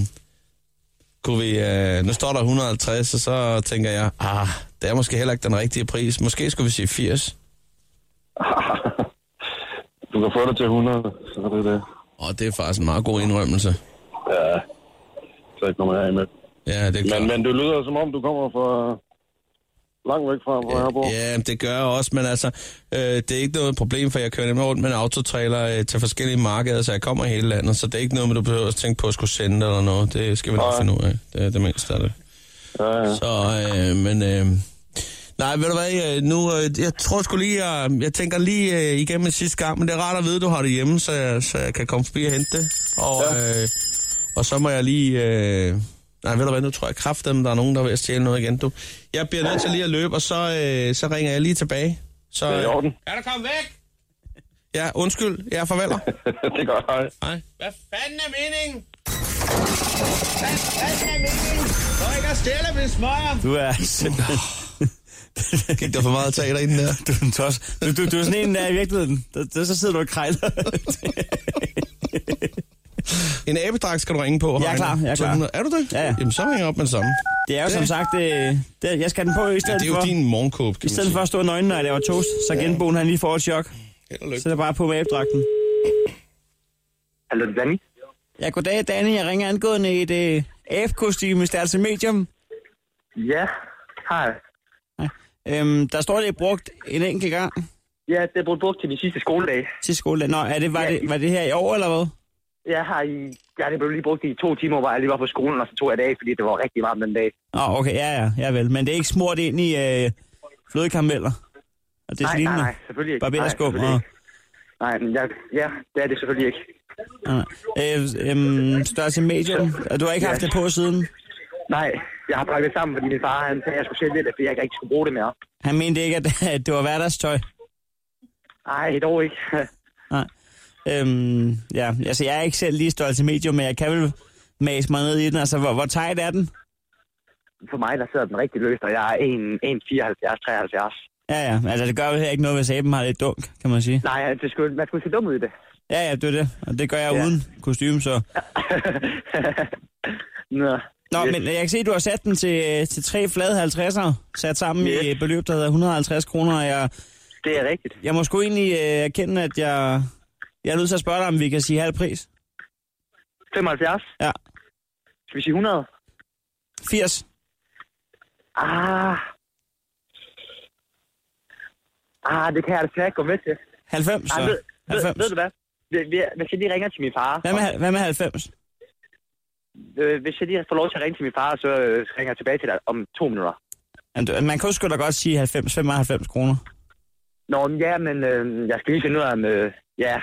Speaker 2: kunne vi, øh, nu står der 150, og så tænker jeg, ah, det er måske heller ikke den rigtige pris. Måske skulle vi sige 80.
Speaker 5: Du kan få det til 100, så er det det.
Speaker 2: Og det er faktisk en meget god indrømmelse.
Speaker 5: Ja, så kommer jeg af med.
Speaker 2: Ja, det er klart.
Speaker 5: Men, men du lyder som om, du kommer fra
Speaker 8: langt væk fra, hvor jeg bor.
Speaker 2: Ja, men det gør jeg også, men altså, øh, det er ikke noget problem, for jeg kører nemlig rundt med en autotrailer øh, til forskellige markeder, så jeg kommer i hele landet, så det er ikke noget, man du behøver at tænke på at skulle sende eller noget. Det skal vi nok
Speaker 8: Nej.
Speaker 2: finde ud af. Det er det mindste af det.
Speaker 8: Ja, ja.
Speaker 2: Så, øh, men... Øh, nej, ved du hvad, øh, nu, øh, jeg tror sgu lige, jeg, jeg tænker lige øh, igennem en sidste gang, men det er rart at vide, du har det hjemme, så jeg, så jeg kan komme forbi og hente det. Og, ja. øh, og så må jeg lige... Øh, nej, ved du hvad, nu tror jeg kraftedeme, der er nogen, der er ved at stjæle noget igen, du. Jeg bliver nødt til lige at løbe, og så, øh, så ringer jeg lige tilbage. Så,
Speaker 8: Det er i orden.
Speaker 2: Er du kommet væk? Ja, undskyld. Ja, farveler.
Speaker 8: det gør jeg.
Speaker 2: Nej. Hvad fanden er meningen? Hvad fanden er meningen? Prøv ikke at stjæle min smøger.
Speaker 3: Du er simpelthen...
Speaker 2: Gik der for meget teater i den der?
Speaker 3: Du er en tos. Du, du, du er sådan en, der er i virkeligheden. Der, der, så sidder du og krejler.
Speaker 2: En abedrag skal du ringe på.
Speaker 3: Jeg er
Speaker 2: Heino.
Speaker 3: klar, jeg er klar.
Speaker 2: 200. Er du det?
Speaker 3: Ja, ja.
Speaker 2: Jamen, så ringer jeg op med det samme.
Speaker 3: Det er jo som sagt... Øh, det, jeg skal den på i
Speaker 2: Ja,
Speaker 3: stedet
Speaker 2: det er jo
Speaker 3: for...
Speaker 2: din morgenkåb,
Speaker 3: I
Speaker 2: kan man
Speaker 3: stedet for
Speaker 2: sige.
Speaker 3: at stå nøgne, når jeg laver toast, så genboen han lige får et chok.
Speaker 2: Held og lykke.
Speaker 3: Så er det bare på med abdragten.
Speaker 9: Hallo, Danny?
Speaker 3: Ja, goddag, Danny. Jeg ringer angående et øh, AF-kostyme, størrelse medium.
Speaker 9: Ja, hej.
Speaker 3: Øhm, der står, det er brugt en enkelt gang
Speaker 9: Ja, det blev brugt til min sidste skoledag.
Speaker 3: til skole. Nå, er det, var, det, var det her i år, eller hvad?
Speaker 9: Jeg har i, ja, det blev lige brugt i to timer, hvor jeg lige var på skolen, og så tog jeg det af, fordi det var rigtig varmt den dag.
Speaker 3: Nå, okay, ja, ja, ja vel. Men det er ikke smurt ind i øh, flødekarameller? Og det
Speaker 9: Nej, nej, nej, selvfølgelig ikke.
Speaker 3: Barberskum
Speaker 9: Nej,
Speaker 3: og...
Speaker 9: selvfølgelig Nej, men jeg, ja, det er det selvfølgelig ikke.
Speaker 3: og øh, øhm, størrelse medium. Og du har ikke haft
Speaker 9: Ja.
Speaker 3: det på siden?
Speaker 9: Nej, jeg har pakket sammen, fordi min far han sagde, at jeg skulle sælge det, fordi jeg ikke rigtig skulle bruge det mere.
Speaker 3: Han mente ikke, at, at det var hverdagstøj.
Speaker 9: Nej, dog ikke.
Speaker 3: Nej. Øhm, ja, altså jeg er ikke selv lige størrelse medium, men jeg kan vel mase mig ned i den. Altså, hvor, hvor tight er den?
Speaker 9: For mig, der sidder den rigtig løst, og jeg er 1,74-73.
Speaker 3: Ja, ja. Altså, det gør vel ikke noget, hvis aben har lidt dunk, kan man sige.
Speaker 9: Nej, det skulle, man skulle se dum ud i det.
Speaker 3: Ja, ja, det er det. Og det gør jeg ja.
Speaker 9: Ja.
Speaker 3: uden kostume, så...
Speaker 9: Nå,
Speaker 3: Nå,
Speaker 9: Yes.
Speaker 3: men jeg kan se, at du har sat den til, øh, til tre flade 50'er, sat sammen yes.
Speaker 9: Yes.
Speaker 3: i et beløb, der hedder 150 kroner. og Jeg,
Speaker 9: det er rigtigt.
Speaker 3: jeg må sgu egentlig øh, erkende, at jeg, jeg er nødt til at spørge dig, om vi kan sige halv pris.
Speaker 9: 75?
Speaker 3: Ja.
Speaker 9: Skal vi sige 100?
Speaker 3: 80.
Speaker 9: Ah. Ah, det kan jeg altså ikke gå med til.
Speaker 3: 90,
Speaker 9: Ah,
Speaker 3: så.
Speaker 9: ved, ved,
Speaker 3: 90.
Speaker 9: ved, du hvad? Hvis- hvis- Hvis jeg lige ringer til min far,
Speaker 3: Hvad med, hal- hvad med 90?
Speaker 9: øh, hvis jeg lige får lov til at ringe til min far, så øh, så ringer jeg tilbage til dig om to minutter.
Speaker 3: Jamen, du- Man kan jo sgu da godt sige 90, 95 kroner.
Speaker 9: Nå, men ja, men øh, jeg skal lige finde ud af, om... Øh, ja,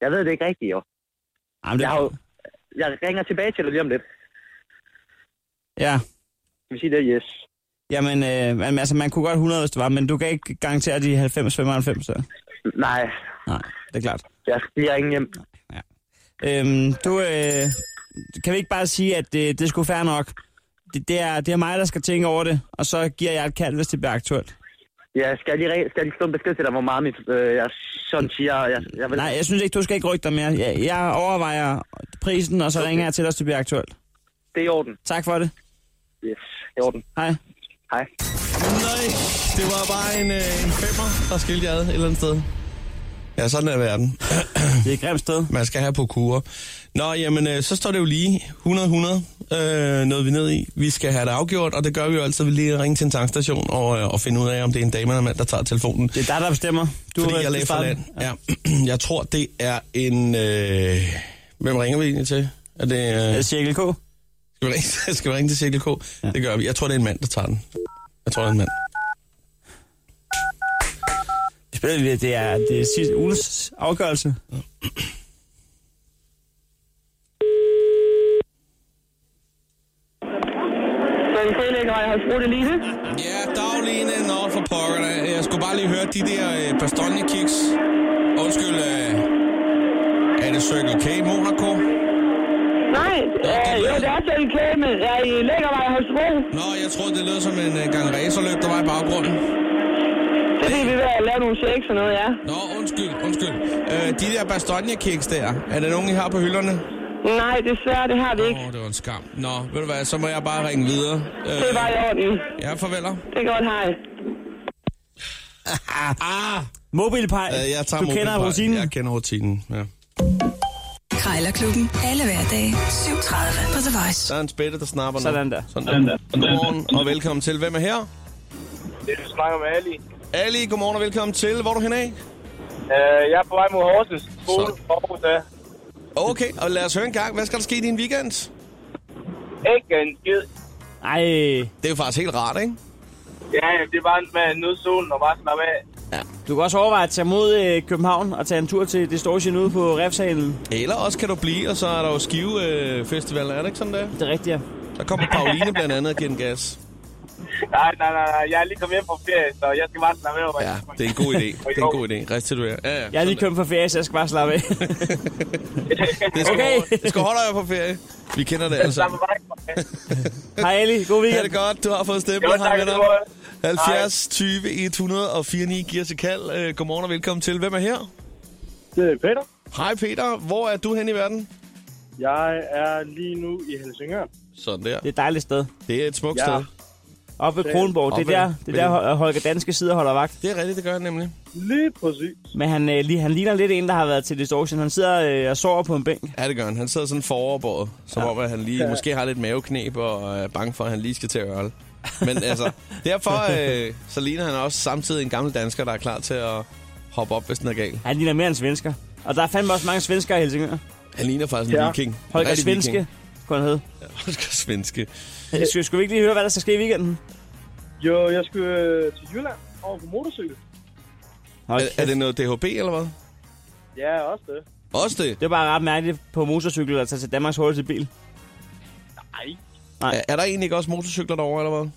Speaker 9: jeg ved det ikke rigtigt, jo.
Speaker 3: Jamen, det,
Speaker 9: Jeg, har, jo- jeg ringer tilbage til dig lige om lidt.
Speaker 3: Ja.
Speaker 9: Skal vi sige det? Yes.
Speaker 3: Jamen, øh, jamen, altså, man kunne godt 100, hvis det var, men du kan ikke garantere de 90, 95, så.
Speaker 9: Nej,
Speaker 3: Nej, det er klart.
Speaker 9: jeg skal lige ringe hjem.
Speaker 3: Øhm, du, øh, kan vi ikke bare sige, at øh, det, det er sgu fair nok? Det, det, er, det er mig, der skal tænke over det, og så giver jeg et kald, hvis det bliver aktuelt.
Speaker 9: Ja, skal jeg lige, re- skal jeg lige slå en besked til dig, hvor meget mit, øh, jeg sådan siger? Jeg, jeg vil...
Speaker 3: Nej, jeg synes ikke, du skal ikke rykke dig mere. Jeg, jeg overvejer prisen, og så ringer jeg til dig, hvis det bliver aktuelt.
Speaker 9: Det er i orden.
Speaker 3: Tak for det.
Speaker 9: Yes, det er i orden.
Speaker 3: Hej.
Speaker 9: Hej.
Speaker 2: Nej, det var bare en, øh, en femmer, der skilte jer ad et eller andet sted. Ja, sådan er verden.
Speaker 3: Det er et grimt sted.
Speaker 2: man skal have på kurer. Nå, jamen, øh, så står det jo lige 100-100, øh, noget vi ned i. Vi skal have det afgjort, og det gør vi jo altid ved lige at ringe til en tankstation og, øh, og finde ud af, om det er en dame eller en mand, der tager telefonen.
Speaker 3: Det er dig, der bestemmer. Du
Speaker 2: Fordi jeg
Speaker 3: du
Speaker 2: lagde for
Speaker 3: starter.
Speaker 2: land. Ja. Jeg tror, det er en... Øh... Hvem ringer vi egentlig til? Er det,
Speaker 3: Øh,
Speaker 2: øh...
Speaker 3: Cirkel K.
Speaker 2: skal, vi ringe, skal vi ringe til Cirkel K? Ja. Det gør vi. Jeg tror, det er en mand, der tager den. Jeg tror, det er en mand.
Speaker 3: Vi spiller lige, det er, det er sidste ugens afgørelse.
Speaker 10: Så i frelægger, jeg har brugt elite.
Speaker 2: Ja, dagligene, nå for pokker da. Jeg skulle bare lige høre de der øh, pastogne-kiks. Undskyld, øh, er det Circle K i Monaco?
Speaker 10: Nej, øh, jo, det er selv kæme. Jeg er i Lækkervej hos Bro.
Speaker 2: Nå, jeg troede, det lød som en øh, gang racerløb, der var i baggrunden.
Speaker 10: Det er det, vi er ved at lave nogle checks og noget, ja.
Speaker 2: Nå, undskyld, undskyld. Øh, de der Bastogne-kiks der, er der nogen, I har på hylderne?
Speaker 10: Nej, desværre, det har vi
Speaker 2: Åh,
Speaker 10: ikke.
Speaker 2: oh, det var en skam. Nå, ved du hvad, så må jeg bare ringe videre. Øh,
Speaker 10: Det er bare i orden.
Speaker 2: ja, farveler.
Speaker 10: Det er godt, hej.
Speaker 2: Ah,
Speaker 3: Mobilpej.
Speaker 2: øh, jeg tager
Speaker 3: du kender
Speaker 2: mobilpej.
Speaker 3: rutinen.
Speaker 2: Jeg kender rutinen, ja.
Speaker 1: Krejlerklubben. Alle hverdage. 7.30 på The Voice.
Speaker 2: Der er en spætte, der snapper nu.
Speaker 3: Sådan der.
Speaker 2: Sådan der. Godmorgen og velkommen til. Hvem er her?
Speaker 5: Det er, du snakker med Ali.
Speaker 11: Ali, godmorgen og velkommen til. Hvor er du hen af?
Speaker 5: Uh, jeg er på vej mod Horsens skole
Speaker 11: Så.
Speaker 5: for Aarhus af.
Speaker 11: Okay, og lad os høre en gang. Hvad skal der ske i din weekend?
Speaker 5: Ikke en skid.
Speaker 3: Ej,
Speaker 11: Det er jo faktisk helt rart, ikke?
Speaker 5: Ja, ja, det er bare med at nyde solen og bare slappe af.
Speaker 3: du kan også overveje at tage mod øh, København og tage en tur til Distortion ude på Refsalen.
Speaker 11: Eller også kan du blive, og så er der jo Skive øh, Festival, er det ikke sådan der?
Speaker 3: Det er rigtigt, ja.
Speaker 11: Der kommer Pauline blandt andet og giver den gas.
Speaker 5: Nej, nej, nej, nej. Jeg er lige kommet hjem fra ferie, så jeg skal bare slappe af.
Speaker 11: Ja, det er en god idé. Det er en god idé. Restituere. Ja, ja.
Speaker 3: Jeg er
Speaker 11: sådan
Speaker 3: lige kommet fra ferie, så jeg skal bare slappe af.
Speaker 11: der. Det skal,
Speaker 3: Okay.
Speaker 11: okay. det skal holde øje på ferie. Vi kender det alle sammen.
Speaker 3: Hej Ali, god
Speaker 11: Ha'
Speaker 3: weekend.
Speaker 11: det godt. Du har fået
Speaker 5: Jo,
Speaker 11: stemplet. Hej
Speaker 5: tak,
Speaker 11: med dig.
Speaker 5: det var-
Speaker 11: 70 20 104 9 giver sig kald. Øh, Godmorgen og velkommen til. Hvem er her?
Speaker 8: Det er Peter.
Speaker 11: Hej Peter. Hvor er du hen i verden?
Speaker 8: Jeg er lige nu i Helsingør.
Speaker 11: Sådan der.
Speaker 3: Det er et dejligt sted.
Speaker 11: Det er et smukt
Speaker 8: Ja.
Speaker 11: sted.
Speaker 3: Oppe ved Kronborg. Det
Speaker 11: Oppe
Speaker 3: er der,
Speaker 11: ved-
Speaker 3: det er der Hol- Holger Danske sidder og holder vagt.
Speaker 11: Det er rigtigt, det gør jeg nemlig.
Speaker 8: Lige præcis.
Speaker 3: Men han, øh, lige, han ligner lidt en, der har været til Distortion. Han sidder øh, og sover på en bænk.
Speaker 11: Ja, det gør han. Han sidder sådan foroverbåret, som ja. om at han lige ja. måske har lidt maveknep og er bange for, at han lige skal til at ørle. Men altså, derfor øh, så ligner han også samtidig en gammel dansker, der er klar til at hoppe op, hvis den er gal.
Speaker 3: Han ligner mere end svensker. Og der er fandme også mange svenskere i Helsingør.
Speaker 11: Han ligner faktisk en
Speaker 8: Ja.
Speaker 11: viking. En
Speaker 3: Holger
Speaker 11: rigtig
Speaker 3: Svenske, kunne han hedde.
Speaker 11: viking. Holger Svenske.
Speaker 3: Øh, Skal, skal vi ikke lige høre, hvad der skal ske i weekenden?
Speaker 8: Jo, jeg skulle øh, til Jylland over på motorcykel.
Speaker 3: Hold
Speaker 11: Er,
Speaker 3: kæft.
Speaker 11: er det noget DHB, eller hvad?
Speaker 8: Ja, også det.
Speaker 11: Også det.
Speaker 3: Det er bare ret mærkeligt på motorcykel at tage til Danmarks hurtigste bil.
Speaker 11: Er, er der egentlig ikke også motorcykler derovre, eller hvad?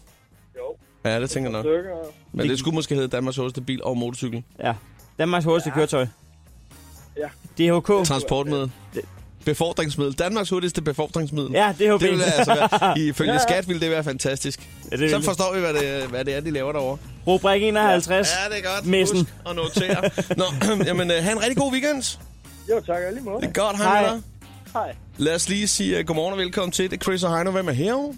Speaker 8: Jo.
Speaker 11: Ja, det tænker jeg nok.
Speaker 8: Stykker.
Speaker 11: Men det skulle måske hedde Danmarks hurtigste bil og motorcykel.
Speaker 3: Ja. Danmarks hurtigste ja. køretøj.
Speaker 8: Ja.
Speaker 3: DHK.
Speaker 11: Transportmiddel. Befordringsmiddel. Danmarks hurtigste befordringsmiddel.
Speaker 3: Ja,
Speaker 11: Det
Speaker 3: DHB.
Speaker 11: ville altså være, ifølge ja. skat ville det være fantastisk.
Speaker 3: Ja,
Speaker 11: Ja,
Speaker 3: det
Speaker 11: det så
Speaker 3: ville-
Speaker 11: forstår vi, hvad det, hvad det er, de laver derovre.
Speaker 3: Rubrik 51.
Speaker 11: Ja, det er godt.
Speaker 3: Messen.
Speaker 11: Husk at notere. Nå, jamen, øh, have en rigtig god weekend.
Speaker 8: Jo, tak og lige måde.
Speaker 11: Det er godt,
Speaker 3: Hej.
Speaker 11: hej. med dig.
Speaker 8: Hej.
Speaker 11: Lad os lige sige uh, godmorgen og velkommen til. Det er Chris og Heino. Hvem er her?
Speaker 4: Det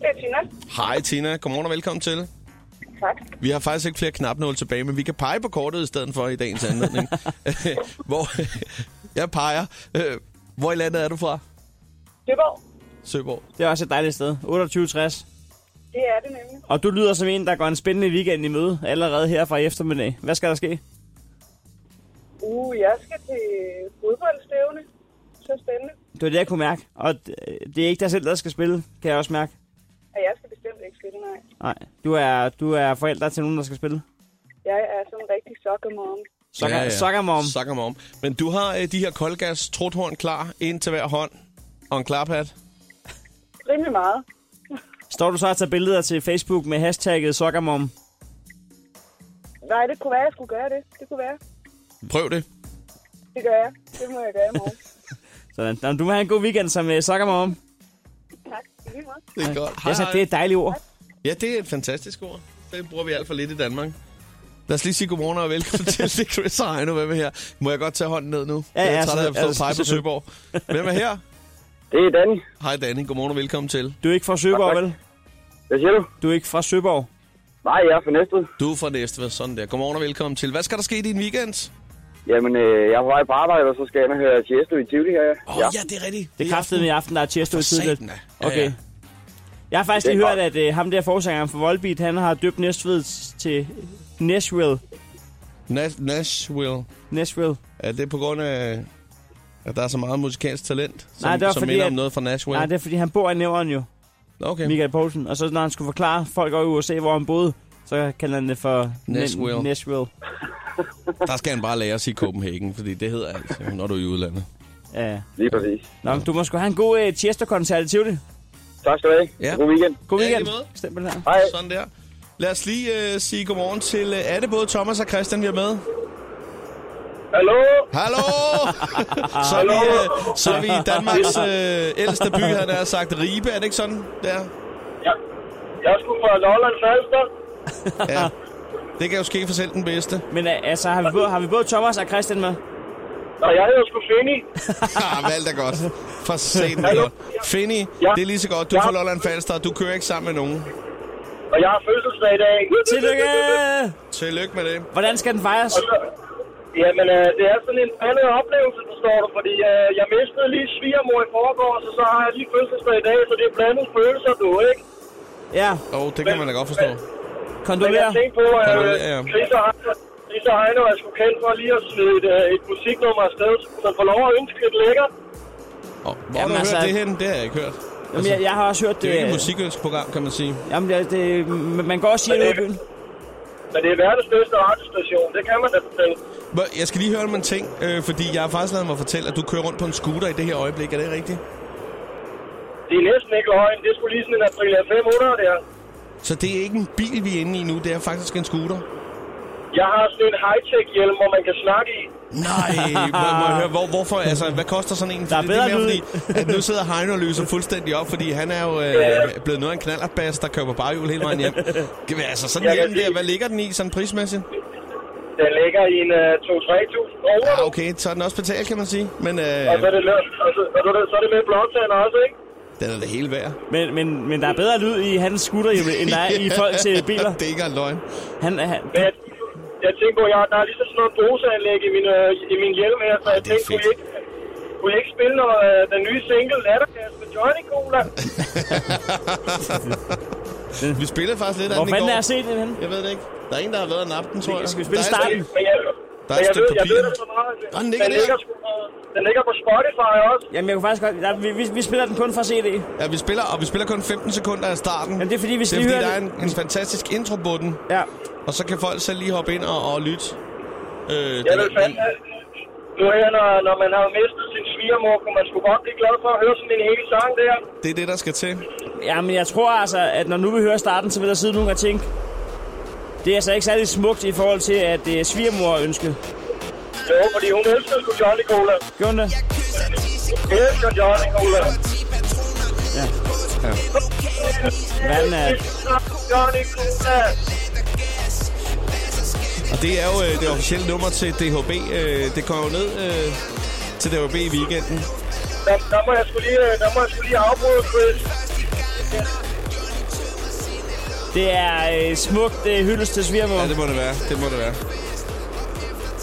Speaker 4: er Tina.
Speaker 11: Hej, Tina. Godmorgen og velkommen til.
Speaker 4: Tak.
Speaker 11: Vi har faktisk ikke flere knapnål tilbage, men vi kan pege på kortet i stedet for i dagens anledning. hvor jeg peger. Øh, hvor i landet er du fra?
Speaker 4: Søborg.
Speaker 11: Søborg.
Speaker 3: Det er også et dejligt sted. 2860.
Speaker 4: Det er det nemlig.
Speaker 3: Og du lyder som en, der går en spændende weekend i møde allerede her fra i eftermiddag. Hvad skal der ske?
Speaker 4: Uh, jeg skal til fodboldstævne. Så spændende.
Speaker 3: Det var det, jeg kunne mærke. Og d- det er ikke dig selv, der skal spille, kan jeg også mærke.
Speaker 4: Og jeg skal bestemt ikke skille, nej.
Speaker 3: Nej, du er, du er forældre til nogen, der skal spille.
Speaker 4: Jeg er sådan en rigtig sockermom.
Speaker 3: Sucker, ja, ja. sucker mom.
Speaker 11: Sucker mom. Men du har øh, de her koldgas truthorn klar, en til hver hånd, og en klarpad.
Speaker 4: Rimelig meget.
Speaker 3: Står du så og tager billeder til Facebook med hashtagget sockermom?
Speaker 4: Nej, det kunne være, jeg skulle gøre det. Det kunne være.
Speaker 11: Prøv det.
Speaker 4: Det gør jeg. Det må jeg gøre i morgen.
Speaker 3: Sådan. Nå, du må have en god weekend som uh, sockermom.
Speaker 4: tak. I lige måde.
Speaker 11: Det er godt.
Speaker 3: Det er, så, det er et dejligt ord.
Speaker 11: Ja, det er et fantastisk ord. Det bruger vi alt for lidt i Danmark. Lad os lige sige godmorgen og velkommen til. Det er Chris og Heino. Hvem er her? Må jeg godt tage hånden ned nu?
Speaker 3: Ja,
Speaker 11: jeg
Speaker 3: ja,
Speaker 11: er træt af at
Speaker 3: så-
Speaker 11: forstå
Speaker 3: altså,
Speaker 11: pege på Søborg. Hvem er her?
Speaker 8: Det er Danny.
Speaker 11: Hej Danny. Godmorgen og velkommen til.
Speaker 3: Du er ikke fra Søborg,
Speaker 8: Tak.
Speaker 3: vel?
Speaker 8: Hvad siger du?
Speaker 3: Du er ikke fra Søborg.
Speaker 8: Nej, jeg er fra Næstved.
Speaker 11: Du er fra Næstved. Sådan der. Godmorgen og velkommen til. Hvad skal der ske i din weekend?
Speaker 8: Jamen, øh, jeg er på vej på arbejde, og så skal jeg ind og høre Tiesto i Tivoli her.
Speaker 11: Åh, oh, ja. ja, det er rigtigt.
Speaker 3: Det er kraftedet i aften, der er tirsdag i tidligt.
Speaker 11: satan da. Ja,
Speaker 3: Okay.
Speaker 11: ja.
Speaker 3: Jeg har faktisk
Speaker 8: Det er
Speaker 3: lige hørt, at uh, ham der forsangeren for Volbeat, han har døbt Næstved til Nashville.
Speaker 11: Nas- Nashville.
Speaker 3: Nashville.
Speaker 11: Er det på grund af, at der er så meget musikalsk talent, som,
Speaker 3: Nej, det var
Speaker 11: som
Speaker 3: fordi,
Speaker 11: minder om
Speaker 3: at-
Speaker 11: noget fra Nashville?
Speaker 3: Nej, det er fordi, han bor i nævren jo,
Speaker 11: Okay.
Speaker 3: Michael Poulsen. Og så når han skulle forklare folk over i USA, hvor han boede, så kalder han det for
Speaker 11: Nashville.
Speaker 3: Nashville.
Speaker 11: Der skal han bare lære at sige Copenhagen, fordi det hedder alt, jo, når du er i udlandet.
Speaker 3: Ja.
Speaker 8: Lige præcis.
Speaker 3: Nå, men du må sgu have en god uh, Chester-koncert i Tivoli.
Speaker 8: Tak skal du have.
Speaker 11: Ja.
Speaker 8: God weekend.
Speaker 3: God
Speaker 11: Ja, i lige
Speaker 3: weekend.
Speaker 11: måde.
Speaker 3: Stempel her.
Speaker 8: Hej.
Speaker 11: Sådan der. Lad os lige øh, sige godmorgen til... Øh, er det både Thomas og Christian, vi er med?
Speaker 5: Hallo?
Speaker 11: Hallo! så, er vi, øh, så er vi i Danmarks øh, ældste by, han har sagt. Ribe, er det ikke sådan? Der.
Speaker 5: Ja. Jeg skulle fra Lolland Falster.
Speaker 11: Ja. Det kan jo ske for selv den bedste.
Speaker 3: Men uh, altså, har vi, både, har vi både Thomas og Christian med?
Speaker 5: Og jeg hedder sgu Finny.
Speaker 11: Ah, valg er godt. For satan
Speaker 5: Hallo?
Speaker 11: godt. Finny, det er lige så godt. Du er fra Lolland Falster, og du kører ikke sammen med nogen.
Speaker 5: Og jeg har fødselsdag i dag.
Speaker 3: Tillykke!
Speaker 11: Tillykke med det.
Speaker 3: Hvordan skal den fejres?
Speaker 5: Jamen, øh, det er sådan en blandet oplevelse, forstår du, fordi øh, jeg mistede lige svigermor i forgårs, og så har jeg lige fødselsdag i dag, så det er blandet følelser, du, ikke?
Speaker 3: Ja,
Speaker 11: Og det kan man da godt forstå.
Speaker 5: Men jeg
Speaker 3: kondolerer.
Speaker 5: tænkte på, at øh,
Speaker 11: Kondolerer, ja.
Speaker 5: Chris og Heino- Chris og Heino er sgu kendt for lige at smide et, øh, et musiknummer afsted, så man får lov at ønske lidt lækkert.
Speaker 11: Og, hvor har
Speaker 3: Jamen
Speaker 11: du
Speaker 3: altså-
Speaker 11: hørt det hen? Det har jeg ikke hørt.
Speaker 3: Jamen, jeg, jeg har også hørt
Speaker 11: Det er jo ikke et
Speaker 3: det.
Speaker 11: musikønskeprogram, kan man sige.
Speaker 3: Jamen, det, det, man kan også sige noget i byen.
Speaker 5: Men det er verdens bedste radiostation, det kan man da fortælle.
Speaker 11: Hvor- Jeg skal lige høre om en ting, øh, fordi jeg har faktisk lavet mig fortælle, at du kører rundt på en scooter i det her øjeblik. Er det rigtigt?
Speaker 5: Det er næsten ikke løgn, det er sgu lige sådan en Aprilia 500 der.
Speaker 11: Så det er ikke en bil, vi er inde i nu. Det er faktisk en scooter.
Speaker 5: Jeg har sådan en high-tech hjelm, hvor man kan snakke i.
Speaker 11: Nej, må, må jeg høre, hvor, hvorfor, altså, hvad koster sådan en?
Speaker 3: Der er bedre
Speaker 11: det mere,
Speaker 3: lyd.
Speaker 11: fordi, at nu sidder Heino og løser fuldstændig op, fordi han er jo øh, blevet noget af en knallerbass, der køber baghjul hele vejen hjem. Kan vi- Altså, sådan en
Speaker 5: Jeg kan
Speaker 11: hjelm der,
Speaker 5: sige-
Speaker 11: hvad ligger den i sådan prismæssigt?
Speaker 5: Den ligger i en uh, 2-3.000 kroner.
Speaker 11: Ah, okay, så er den også betalt, kan man sige. Men øh,
Speaker 5: Og så er det, lø- og så, og så, er det- så er det med blåtander også, ikke?
Speaker 11: den er det hele værd.
Speaker 3: Men, men, men der er bedre lyd i hans scooter, end der er i folk til biler.
Speaker 11: det er ikke engang løgn.
Speaker 3: Han, han,
Speaker 5: Men jeg, jeg tænkte på, jeg, der er lige så sådan noget Bose-anlæg i min, øh, i min hjelm her, så jeg
Speaker 11: det er
Speaker 5: tænkte, kunne I
Speaker 11: fedt.
Speaker 5: ikke, kunne I ikke spille noget, øh, den nye single Lattergas med Johnny Cola?
Speaker 11: Vi spillede faktisk lidt af
Speaker 3: hvor
Speaker 11: den i
Speaker 3: fanden
Speaker 11: går.
Speaker 3: er jeg set den henne?
Speaker 11: Jeg ved det ikke. Der er en, der har været en aften, tror jeg.
Speaker 3: Skal vi spille
Speaker 11: Der er-
Speaker 3: starten?
Speaker 5: Men jeg,
Speaker 11: Der er et
Speaker 5: men jeg, ved,
Speaker 11: stykke
Speaker 5: jeg ved
Speaker 11: papir.
Speaker 5: det så meget.
Speaker 11: Og den ligger
Speaker 5: den,
Speaker 11: der.
Speaker 5: ligger sgu på, den ligger på Spotify også.
Speaker 3: Jamen, jeg kunne faktisk godt... Nej, vi, vi, vi spiller den kun fra CD.
Speaker 11: Ja, vi spiller, og vi spiller kun 15 sekunder af starten.
Speaker 3: Jamen, det er fordi, vi
Speaker 11: det
Speaker 3: skal
Speaker 11: er fordi,
Speaker 3: lige
Speaker 11: der
Speaker 3: høre
Speaker 11: er en, en fantastisk intro på den,
Speaker 3: Ja.
Speaker 11: og så kan folk selv lige hoppe ind og, og lytte. Øh,
Speaker 5: Jeg
Speaker 11: den-
Speaker 5: vil fandme... Nu her, når, når man har mistet sin svigermor, kunne man sgu godt blive glad for at høre sådan en hel sang der.
Speaker 11: det er det, der skal til.
Speaker 3: Jamen, jeg tror altså, at når nu vi hører starten, så vil der sidde nogen og tænke... Det er altså ikke særlig smukt i forhold til, at det er svigermor ønske.
Speaker 5: Jo, fordi hun elsker sgu Johnny Cola.
Speaker 3: Gjorde hun det?
Speaker 5: Elsker Johnny Cola.
Speaker 3: Verden er...
Speaker 5: Johnny Cola.
Speaker 11: Og det er jo øh, det officielle nummer til DHB. Øh, det kommer jo ned øh, til DHB i weekenden.
Speaker 5: Der, der, må jeg sgu lige, øh, der må jeg sgu lige afbryde, Chris.
Speaker 3: Det er øh, smukt øh, hyldest til svigermor.
Speaker 11: Ja, det må det være. Det må det være.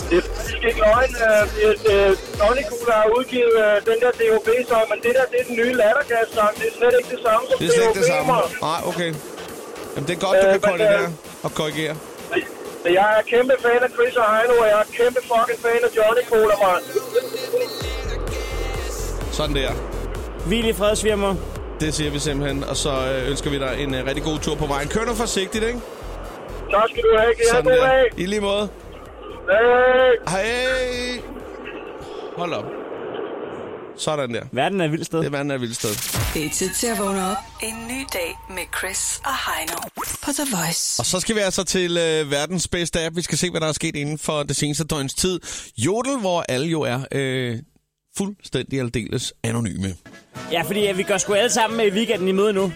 Speaker 5: Det er faktisk ikke løgn, øh, at øh, Johnny Cola har udgivet øh, den der DOB-sang, men det der, det er den nye lattergas-sang. Det er slet ikke det samme som
Speaker 11: Det er slet ikke det samme.
Speaker 5: DOB'er.
Speaker 11: Nej, okay. Jamen, det er godt, du
Speaker 5: Øh,
Speaker 11: kan
Speaker 5: men,
Speaker 11: koordinere og korrigere.
Speaker 5: Men jeg er kæmpe fan af Chris og Heino, og jeg er kæmpe fucking fan af Johnny Cola, mand.
Speaker 11: Sådan der.
Speaker 3: Hvil i fred, svigermor.
Speaker 11: Det siger vi simpelthen, og så øh, ønsker vi dig en øh, rigtig god tur på vejen. Kør nu forsigtigt, ikke?
Speaker 5: Tak skal du have. Ja, god dag.
Speaker 11: der. I lige måde.
Speaker 5: Hey.
Speaker 11: Hej! Hold op. Sådan der.
Speaker 3: Verden er et vildt sted.
Speaker 11: Det er manden af Vildsted.
Speaker 1: Det er tid til at vågne op. En ny dag med Chris og Heino på The Voice.
Speaker 11: Og så skal vi altså til øh, verdens bedste app. Vi skal se, hvad der er sket inden for det seneste døgns tid. Jodel, hvor alle jo er øh, fuldstændig aldeles anonyme.
Speaker 3: Ja, fordi at vi går sgu alle sammen i weekenden i møde nu.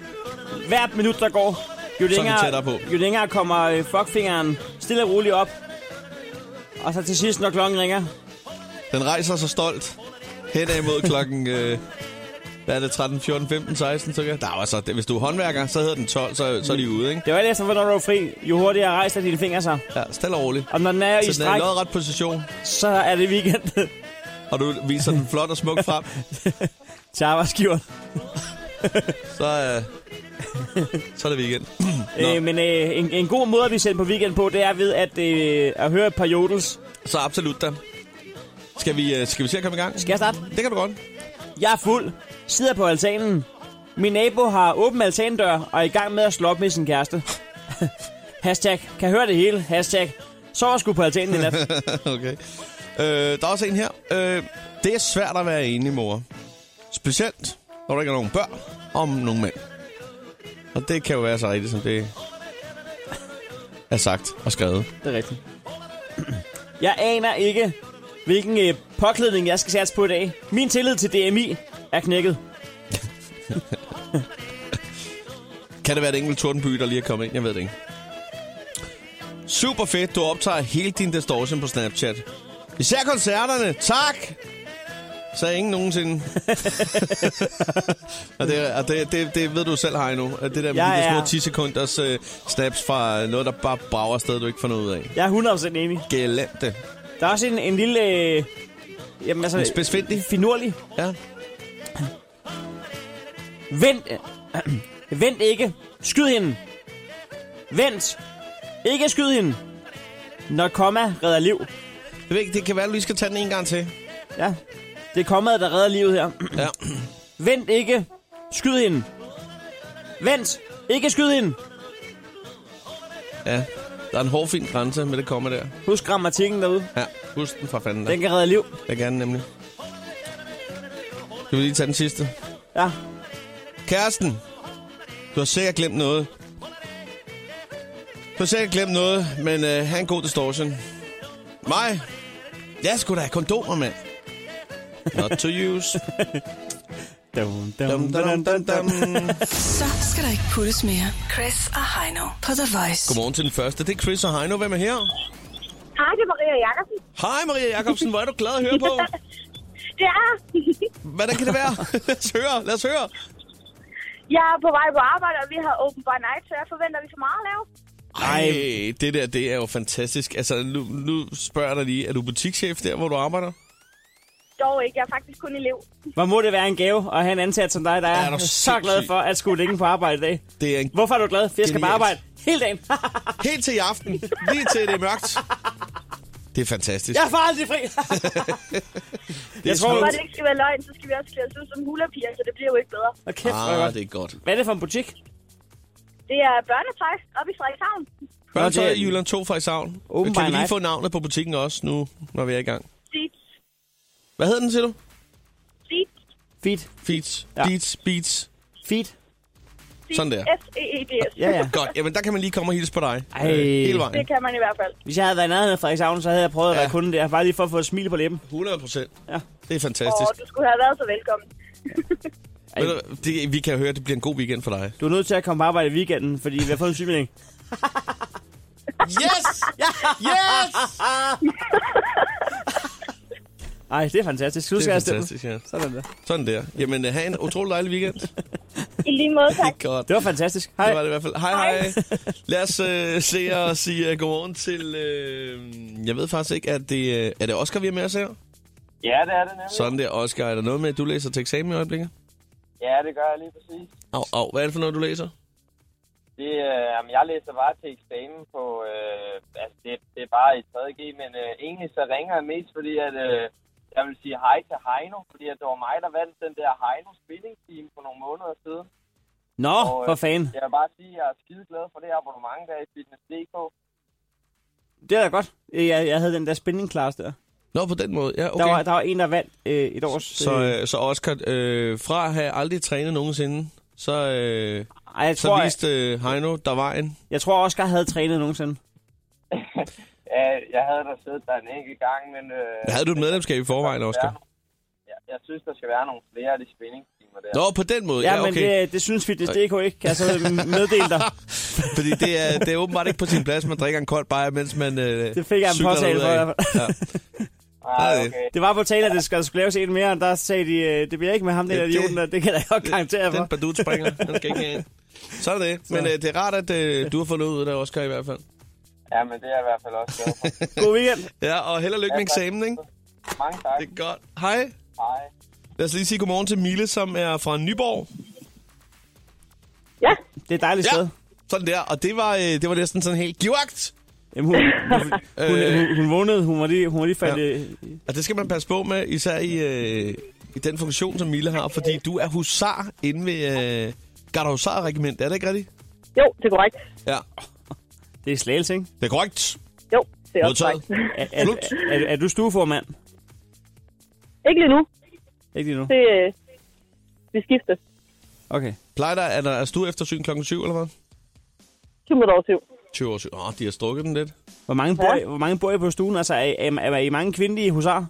Speaker 3: Hvert minut, der går, jo
Speaker 11: vi
Speaker 3: længere,
Speaker 11: tættere på.
Speaker 3: jo længere kommer øh, fuckfingeren stille og roligt op. Og så til sidst, når klokken ringer.
Speaker 11: Den rejser sig stolt henad mod klokken... Øh, hvad er det? 13, 14, 15, 16, cirka? Der er jo altså, det- hvis du er håndværker, så hedder den 12, så, så er de ude, ikke?
Speaker 3: Det var alt efter, hvornår du er fri. Jo hurtigere rejser dine fingre sig.
Speaker 11: Ja, stille og roligt.
Speaker 3: Og når den er
Speaker 11: Så
Speaker 3: i
Speaker 11: den er i
Speaker 3: stræk,
Speaker 11: lodret position,
Speaker 3: så er det weekend
Speaker 11: og du viser den flot og smukt frem,
Speaker 3: til arbejdsgiveren.
Speaker 11: så, øh, så er det weekend. Nå.
Speaker 3: Øh, men øh, en, en god måde at blive sendt på weekend på, det er ved at, øh, at høre et par jodels.
Speaker 11: Så absolut da. Skal vi, øh, skal vi se at komme i gang?
Speaker 3: Skal jeg starte?
Speaker 11: Det kan du godt.
Speaker 3: Jeg er fuld. Sidder på altanen. Min nabo har åben altandør og er i gang med at slå op med sin kæreste. Hashtag. Kan høre det hele. Hashtag. Sover sgu på altanen i nat.
Speaker 11: okay. Øh, der er også en her. Øh, det er svært at være enig, mor. Specielt, når der ikke er nogen børn om nogen mænd. Og det kan jo være så rigtigt, som det er sagt og skrevet.
Speaker 3: det er rigtigt. Jeg aner ikke, hvilken øh, påklædning jeg skal satse på i dag. Min tillid til DMI er knækket.
Speaker 11: Kan det være et enkelt tordenby, der lige er kommet ind? Jeg ved det ikke. Super fedt, du optager hele din distortion på Snapchat. Især koncerterne. Tak! Så er ingen nogensinde. og det, og det, det, det ved du selv, Heino. at Det der med
Speaker 3: Jeg
Speaker 11: de der
Speaker 3: er-
Speaker 11: små 10 sekunders uh, snaps fra noget, der bare brager afsted, du ikke får noget ud af.
Speaker 3: Jeg er 100% enig.
Speaker 11: Galante.
Speaker 3: Der er også en, en lille... Øh, jamen altså...
Speaker 11: En spidsfindig.
Speaker 3: Finurlig.
Speaker 11: Ja.
Speaker 3: Vent... øh, Vent ikke. Skyd hende. Vent. Ikke skyd hende. Når komma redder liv.
Speaker 11: Jeg ved ikke, det kan være, du lige skal tage den en gang til.
Speaker 3: Ja, det er kommaet, der redder livet her.
Speaker 11: Ja.
Speaker 3: Vent ikke. Skyd hende. Vent. Ikke skyd hende.
Speaker 11: ja. Der er en hårfin grænse med det kommer der.
Speaker 3: Husk grammatikken derude.
Speaker 11: Ja, husk den for fanden.
Speaker 3: Den
Speaker 11: Den...
Speaker 3: kan redde liv.
Speaker 11: Jeg gerne nemlig. Skal vi lige tage den sidste?
Speaker 3: Ja.
Speaker 11: Kæresten, du har sikkert glemt noget. Du har sikkert glemt noget, men øh, han en god distortion. Mig? Jeg skulle da have kondomer, mand. Not to use.
Speaker 3: Dum,
Speaker 11: Dum, dum, dum, dum.
Speaker 1: Så skal der ikke puttes mere. Chris og Heino på The Voice.
Speaker 11: Godmorgen til den første. Det er Chris og Heino. Hvem er her?
Speaker 4: Hej, det er Maria Jacobsen.
Speaker 11: Hej Maria Jacobsen, hvor er du glad at høre på.
Speaker 4: Det er.
Speaker 11: Hvordan kan det være? lad os høre, lad os høre.
Speaker 4: Jeg er på vej på arbejde, og vi har open by night, så jeg forventer, at vi får meget at lave.
Speaker 11: Ej, det der, det er jo fantastisk. Altså, nu, nu spørger jeg dig lige, er du butikschef der, hvor du arbejder?
Speaker 4: Dog ikke, jeg er faktisk kun elev.
Speaker 3: Hvor må det være en gave at have en ansat som dig, der
Speaker 11: Ja,
Speaker 3: er,
Speaker 11: er du
Speaker 3: er så
Speaker 11: sindssyg.
Speaker 3: glad for at skulle ligge på arbejde i dag.
Speaker 11: Det er en...
Speaker 3: Hvorfor er du glad? For jeg skal bare
Speaker 11: Genialt.
Speaker 3: arbejde hele dagen.
Speaker 11: Helt til i aften. Lige til det er mørkt. Det er fantastisk.
Speaker 3: jeg får aldrig fri.
Speaker 11: det er
Speaker 3: jeg tror-
Speaker 4: For
Speaker 11: smukt.
Speaker 4: at det ikke skal være løgn, så skal vi også klæde os ud som hulapiger, så det bliver jo ikke bedre.
Speaker 3: Og kæft, hvor er
Speaker 11: Ah,
Speaker 3: godt.
Speaker 11: det er godt.
Speaker 3: Hvad er det for en butik?
Speaker 4: Det er børnetøj oppe i Frederikshavn.
Speaker 11: Børnetøj
Speaker 3: det er-
Speaker 11: i Jylland 2 fra i Savn.
Speaker 3: Åben
Speaker 11: Kan
Speaker 3: by
Speaker 11: vi lige
Speaker 3: night.
Speaker 11: få navnet på butikken også nu, når vi er i gang?
Speaker 4: Seats.
Speaker 11: Hvad hedder den, siger du?
Speaker 4: Seats.
Speaker 3: Feet.
Speaker 11: Feeds.
Speaker 3: Ja.
Speaker 11: Ja. Beats. Beats.
Speaker 3: Feet.
Speaker 4: Seats.
Speaker 11: Sådan der.
Speaker 4: S-E-E-D-S.
Speaker 3: Ja, ja.
Speaker 11: Godt, jamen der kan man lige komme og hilse på dig.
Speaker 3: Ej.
Speaker 11: Øh, Hele
Speaker 4: Det
Speaker 11: vejen.
Speaker 4: kan man i hvert fald.
Speaker 3: Hvis jeg havde været i nærheden af Frederikshavn, så havde jeg prøvet at
Speaker 11: Ja.
Speaker 3: være kunde der. Bare lige for at få et smil på læben.
Speaker 11: 100 procent.
Speaker 3: Ja.
Speaker 11: Det er
Speaker 4: Og
Speaker 11: fantastisk.
Speaker 4: du skulle have været så velkommen.
Speaker 11: Ved du hvad, Det, vi kan høre, at det bliver en god weekend for dig.
Speaker 3: Du er nødt til at komme på arbejde i weekenden, fordi vi har fået en sygemelding.
Speaker 11: Yes! Yes!
Speaker 3: Ej, det er fantastisk. Du
Speaker 11: Det
Speaker 3: skal
Speaker 11: er
Speaker 3: jeg stemme.
Speaker 11: fantastisk, ja.
Speaker 3: Sådan der.
Speaker 11: Sådan der. Jamen, øh, have en utrolig dejlig weekend.
Speaker 4: I lige måde, tak.
Speaker 11: Godt.
Speaker 3: Det var fantastisk. Hej.
Speaker 11: Det var det i hvert fald. Hej, hej. Lad os øh, se og sige uh, godmorgen til... Øh, jeg ved faktisk ikke, at det, øh, er det Oscar, vi har med os her?
Speaker 9: Ja, det er det nemlig.
Speaker 11: Sådan der, Oscar. Er der noget med, at du læser til eksamen i øjeblikket?
Speaker 9: Ja, det gør jeg lige præcis.
Speaker 11: Au, au. Hvad er det for noget, du læser?
Speaker 9: Det, øh, jamen, jeg læser bare til eksamen på, øh, altså det, det er bare i 3.G, men øh, egentlig så ringer jeg mest, fordi at, øh, jeg vil sige hej til Heino, fordi at det var mig, der vandt den der Heino spinning team for nogle måneder siden.
Speaker 3: Nå,
Speaker 9: øh,
Speaker 3: for fanden.
Speaker 9: Jeg vil bare sige, at jeg er skide glad for det abonnement der i fitness.dk.
Speaker 3: Det er da godt. Jeg, jeg havde den der spænding class der.
Speaker 11: Nå, på den måde. Ja, okay.
Speaker 3: Der, var, der var en, der vandt øh, et års...
Speaker 11: Så, øh, så Oscar, øh, fra at have aldrig trænet nogensinde, så, øh,
Speaker 3: Ej, jeg, tror,
Speaker 11: så
Speaker 3: jeg,
Speaker 11: viste øh, Heino der vejen.
Speaker 3: jeg tror, Oscar havde trænet nogensinde.
Speaker 9: Ja, jeg havde da siddet der en enkelt gang, men... Øh,
Speaker 11: Havde du et medlemskab i forvejen, Oscar?
Speaker 9: Jeg, jeg synes, der skal være nogle flere af de spændingstimer der.
Speaker 11: Nå, på den måde.
Speaker 3: Ja,
Speaker 11: Ja,
Speaker 3: ja men
Speaker 11: okay.
Speaker 3: det, det synes vi, det DK ikke kan jeg så meddele dig.
Speaker 11: Fordi det er, det er åbenbart ikke på sin plads, man drikker en kold bajer, mens man øh,
Speaker 3: Det fik jeg en
Speaker 11: cykler
Speaker 3: påtale
Speaker 11: derudad.
Speaker 3: for i hvert
Speaker 11: Ja.
Speaker 9: Ah,
Speaker 11: det-
Speaker 9: okay.
Speaker 3: Det var på tale, at det skal, skulle laves en mere, og der sagde de, øh, det bliver ikke med ham, det,
Speaker 11: Ja,
Speaker 3: der
Speaker 11: det-
Speaker 3: idioten, der. det kan jeg godt garantere for.
Speaker 11: Den badut springer, den skal ikke have en. Så er det. Men øh, det er rart, at øh, du har fået noget ud af det, Oscar, i hvert fald.
Speaker 9: Ja, men det er jeg i hvert fald også glad for.
Speaker 3: God weekend.
Speaker 11: Ja, og held og lykke med eksamen, ikke?
Speaker 9: Mange tak.
Speaker 11: Det er godt. Hej.
Speaker 9: Hej.
Speaker 11: Lad os lige sige godmorgen til Mille, som er fra Nyborg.
Speaker 4: Ja,
Speaker 3: Det er et dejligt sted.
Speaker 11: Sådan der. Og det var, øh, det var næsten sådan helt givagt.
Speaker 3: Jamen, hun, hun, hun,
Speaker 11: Øh.
Speaker 3: hun, hun, vågnede, hun var lige, hun var lige faldet... øh,
Speaker 11: Ja.
Speaker 3: Ja.
Speaker 11: Og det skal man passe på med, især i, øh, i den funktion, som Mille har. Fordi du er husar inde ved øh, Garda Husar Regiment. Er det ikke rigtigt?
Speaker 4: jo, det er korrekt.
Speaker 11: Ja.
Speaker 3: Det er slagelse, ikke?
Speaker 11: Det er korrekt.
Speaker 4: Jo, det er også
Speaker 11: Modtaget.
Speaker 4: korrekt.
Speaker 3: Er, er,
Speaker 11: Slut.
Speaker 3: er, er, er du stueformand?
Speaker 4: Ikke lige nu.
Speaker 3: Ikke lige nu.
Speaker 4: Det, øh, vi skifter.
Speaker 3: Okay.
Speaker 11: Plejer der, er der er du eftersyn klokken 7 eller hvad?
Speaker 4: 20 minutter over 7.
Speaker 11: 20 år 7. Åh, de har strukket den lidt.
Speaker 3: Hvor mange, bor, I,
Speaker 4: Ja.
Speaker 3: hvor mange bor I på stuen? Altså, er, er, er, er I mange kvindelige husar?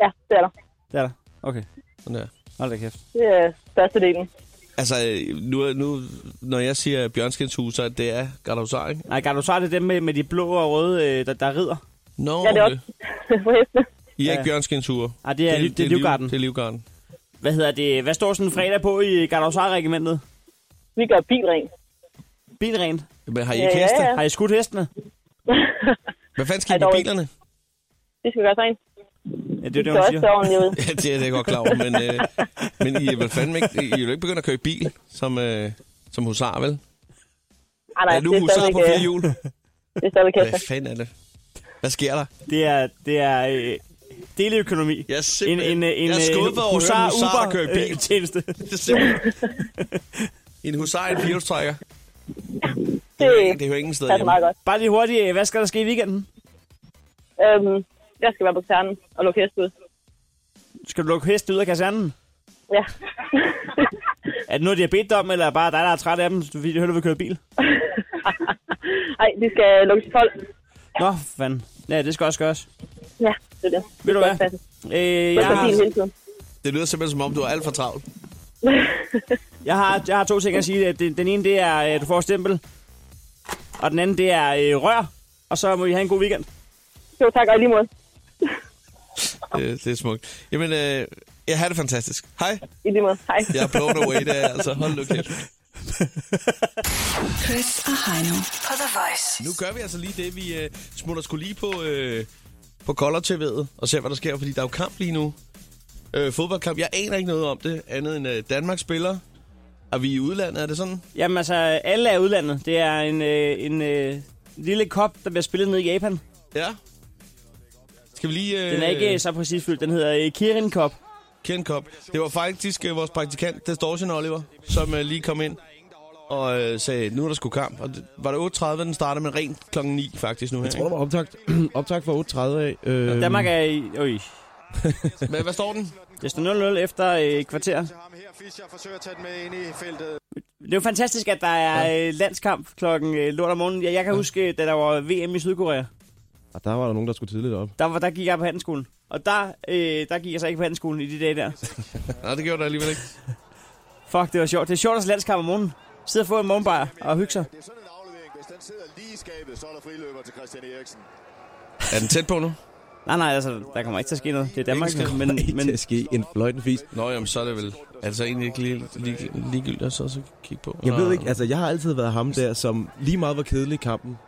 Speaker 4: Ja, det er der.
Speaker 3: Det er der. Okay.
Speaker 11: Sådan der.
Speaker 3: Hold da kæft.
Speaker 4: Det er størstedelen.
Speaker 11: Altså, øh, nu, nu, når jeg siger Bjørnskins hus, så er det er Gardahusar, ikke?
Speaker 3: Nej, Gardo, så er det dem med, med de blå og røde, øh, der, der rider.
Speaker 11: Nå,
Speaker 4: Ja, det er også på hestene.
Speaker 11: I er
Speaker 3: Ja.
Speaker 11: ikke Bjørnskins hus.
Speaker 3: Ah, det er- det
Speaker 11: liv-
Speaker 3: er Livgarden.
Speaker 11: Det er Livgarden.
Speaker 3: Hvad hedder det? Hvad står sådan en fredag på i Gardosar-regimentet?
Speaker 4: Vi gør bilring.
Speaker 3: Bilrent.
Speaker 11: Men har I
Speaker 4: Ja,
Speaker 11: ikke
Speaker 4: ja,
Speaker 11: heste?
Speaker 4: ja.
Speaker 3: Har I skudt hestene?
Speaker 11: Hvad fanden skal I
Speaker 4: Ej, dog
Speaker 11: med
Speaker 4: ikke.
Speaker 11: bilerne?
Speaker 4: Det skal vi gøre sådan.
Speaker 3: Ja, det er det,
Speaker 4: så
Speaker 3: hun
Speaker 4: også
Speaker 3: siger.
Speaker 4: ordentligt ud.
Speaker 11: Ja, det er jeg da godt klar over, men, øh, men I er vel fandme ikke, I er jo ikke begyndt at køre i bil som, øh, som husar, vel?
Speaker 4: Ej, nej,
Speaker 11: er du
Speaker 4: det er
Speaker 11: husar
Speaker 4: stadigvæk,
Speaker 11: på fire
Speaker 4: øh,
Speaker 11: hjul?
Speaker 4: Det er stadigvæk
Speaker 11: Hvad
Speaker 4: kæft.
Speaker 11: fanden er det? Hvad sker der?
Speaker 3: Det er, det er øh, deleøkonomi.
Speaker 11: Jeg er
Speaker 3: En,
Speaker 11: simpelthen...
Speaker 3: en, en, en
Speaker 11: jeg er
Speaker 3: øh,
Speaker 11: skuffet over at høre en husar, der kører i bil.
Speaker 3: øh, tjeneste.
Speaker 11: Det er simpelthen... en husar i en firehjulstrækker. Det, er jo ikke- det hører ingen steder
Speaker 4: passer meget
Speaker 11: hjemme.
Speaker 4: godt.
Speaker 3: Bare lige hurtigt, øh, hvad skal der ske i weekenden?
Speaker 4: Øhm, jeg skal være på kasernen og lukke hest ud.
Speaker 3: Skal du lukke heste ud af kasernen?
Speaker 4: Ja.
Speaker 3: Er det noget, de har bedt dig om, eller er det bare dig, der er træt af dem, fordi de hørte, at vi kører bil?
Speaker 4: Ej, de skal lukke til 12.
Speaker 3: Nå, fanden. Ja, det skal også gøres.
Speaker 4: Ja, det er det.
Speaker 3: Ved du hvad?
Speaker 4: Det er fantastisk.
Speaker 3: Øh, jeg,
Speaker 4: Det er
Speaker 3: har,
Speaker 4: fint hele tiden.
Speaker 11: Det lyder simpelthen, som om du er alt for travlt.
Speaker 3: jeg, har, jeg har to ting at sige. Den, den ene, det er, øh, du får et stempel. Og den anden, det er øh, rør. Og så må I have en god weekend.
Speaker 4: Jo, tak, og i lige måde.
Speaker 11: Det, det er smukt. Jamen, øh, jeg har det fantastisk. Hej,
Speaker 4: I lige måde. Hej.
Speaker 11: jeg er blown away. Det er, altså, hold nu kæft.
Speaker 1: Chris og Heino på The Voice.
Speaker 11: Nu gør vi altså lige det, vi øh, smutter skulle lige på, øh, på Color TV'et og ser, hvad der sker, fordi der er jo kamp lige nu. Øh, fodboldkamp. Jeg aner ikke noget om det, andet end øh, Danmark spiller. Og vi er i udlandet, er det sådan?
Speaker 3: Jamen altså, alle er i udlandet. Det er en, øh, en øh, lille kop, der bliver spillet ned i Japan.
Speaker 11: Ja. Skal vi lige... Øh,
Speaker 3: Den er ikke øh, så præcis fyldt. Den hedder øh, Kirin Cup.
Speaker 11: Ken Kop. Det var faktisk øh, vores praktikant, Distortion Oliver, som øh, lige kom ind og øh, sagde, nu er der sgu kamp. Og det, var det 8.30, den startede, men rent klokken 9 faktisk nu her.
Speaker 2: Jeg tror, der var optagt, optagt for 8.30 af.
Speaker 11: Øhm.
Speaker 2: Øh,
Speaker 3: Danmark er i... Øj.
Speaker 11: ikke? Hvad, hvad står den?
Speaker 3: Det står 0-0 efter øh, et kvarter. Det er jo fantastisk, at der er øh, landskamp klokken øh, lort om morgenen. Jeg, jeg kan huske, da der var VM i Sydkorea,
Speaker 2: Og der var der nogen, der skulle tidligt op.
Speaker 3: der, var, der gik jeg på handelsskolen. Og der, øh, der gik jeg så ikke på handelsskolen i de dage der.
Speaker 11: Nej, det gjorde der alligevel ikke.
Speaker 3: Fuck, det var sjovt. Det er sjovt at se landskamp om morgenen. Sidde og få en morgenbajer og hygge sig.
Speaker 11: Er den tæt på nu?
Speaker 3: Nej, nej, altså, der kommer ikke til at ske noget. Det er Danmark, men, men
Speaker 2: det ske en fløjtenfis.
Speaker 11: Nå, jamen, så er det vel altså egentlig ikke lige, lige, ligegyldigt at så, så kigge på.
Speaker 2: Jeg
Speaker 11: Nå.
Speaker 2: ved ikke, altså jeg har altid været ham der, som lige meget hvor kedelig kampen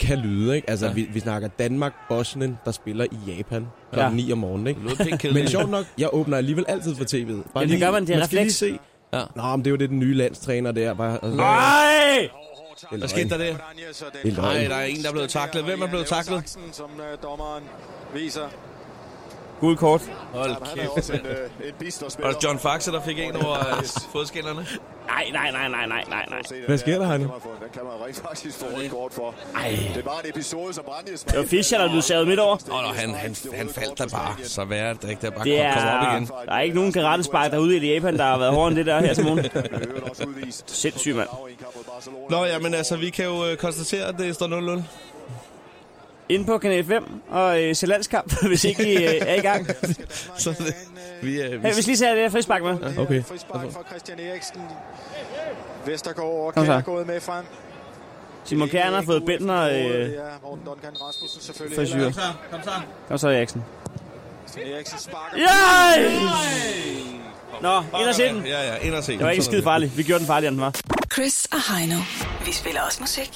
Speaker 2: kan lyde, ikke? Altså
Speaker 11: Ja.
Speaker 2: ja. vi, vi snakker Danmark, Bosnien, der spiller i Japan kl.
Speaker 3: Ja.
Speaker 2: Ja. 9 om morgenen, ikke?
Speaker 11: Det lød pænt kedeligt.
Speaker 2: Men sjovt nok, jeg åbner alligevel altid for tv'et. Bare
Speaker 3: det
Speaker 2: lige-
Speaker 3: gør man, det er
Speaker 2: man skal lige
Speaker 3: refleks.
Speaker 2: se.
Speaker 11: Ja.
Speaker 2: Ja. Nå, men det er jo det, den nye landstræner der. Bare, altså,
Speaker 3: Nej!
Speaker 11: Hvad skete der der?
Speaker 2: Det er løgn.
Speaker 11: Nej, der er en, der er blevet taklet. Hvem er blevet taklet?
Speaker 9: Som øh, dommeren viser.
Speaker 3: Gul kort.
Speaker 11: Hold kæft.
Speaker 9: øh,
Speaker 11: Var det John Faxe, der fik en over øh, fodskillerne?
Speaker 3: Nej, nej, nej, nej, nej, nej, nej.
Speaker 2: Hvad sker der, Heino?
Speaker 9: Den kan man rent faktisk få et kort for.
Speaker 3: Ej.
Speaker 9: Det var en episode, som Brandjes...
Speaker 3: Det var Fischer, der blev savet midt over.
Speaker 11: Åh, oh, han, han, han faldt der bare. Så hvad er det, der ikke der bare
Speaker 3: Det
Speaker 11: kom,
Speaker 3: er,
Speaker 11: kom op igen?
Speaker 3: der er ikke nogen karatespark derude i Japan, der har været hårdere end det der her til morgen. Sindssygt, mand.
Speaker 11: Nå, jamen altså, vi kan jo øh, konstatere, at det står 0-0.
Speaker 3: Inde på Kanal 5 og øh, se landskamp, hvis ikke I øh, er i gang.
Speaker 11: Så det, vi, øh, vi,
Speaker 3: Hey, hvis lige ser det her frispark med.
Speaker 2: Okay.
Speaker 9: Frispark fra Christian Eriksen. Vestergaard og
Speaker 3: Kom så.
Speaker 9: Kjær gået med frem.
Speaker 3: Simon Kjærn har fået bænder. Øh,
Speaker 9: Ja, Morten Duncan Rasmussen selvfølgelig.
Speaker 3: frisyrer.
Speaker 9: heller ikke.
Speaker 3: kom så, Eriksen.
Speaker 9: Christian Eriksen sparker.
Speaker 3: Yay! Nå, ind og se den.
Speaker 11: Ja, ja, ind og se den.
Speaker 3: Det var ikke skide farligt. Vi gjorde den farligere, end den var.
Speaker 1: Chris og Heino. Vi spiller også musik.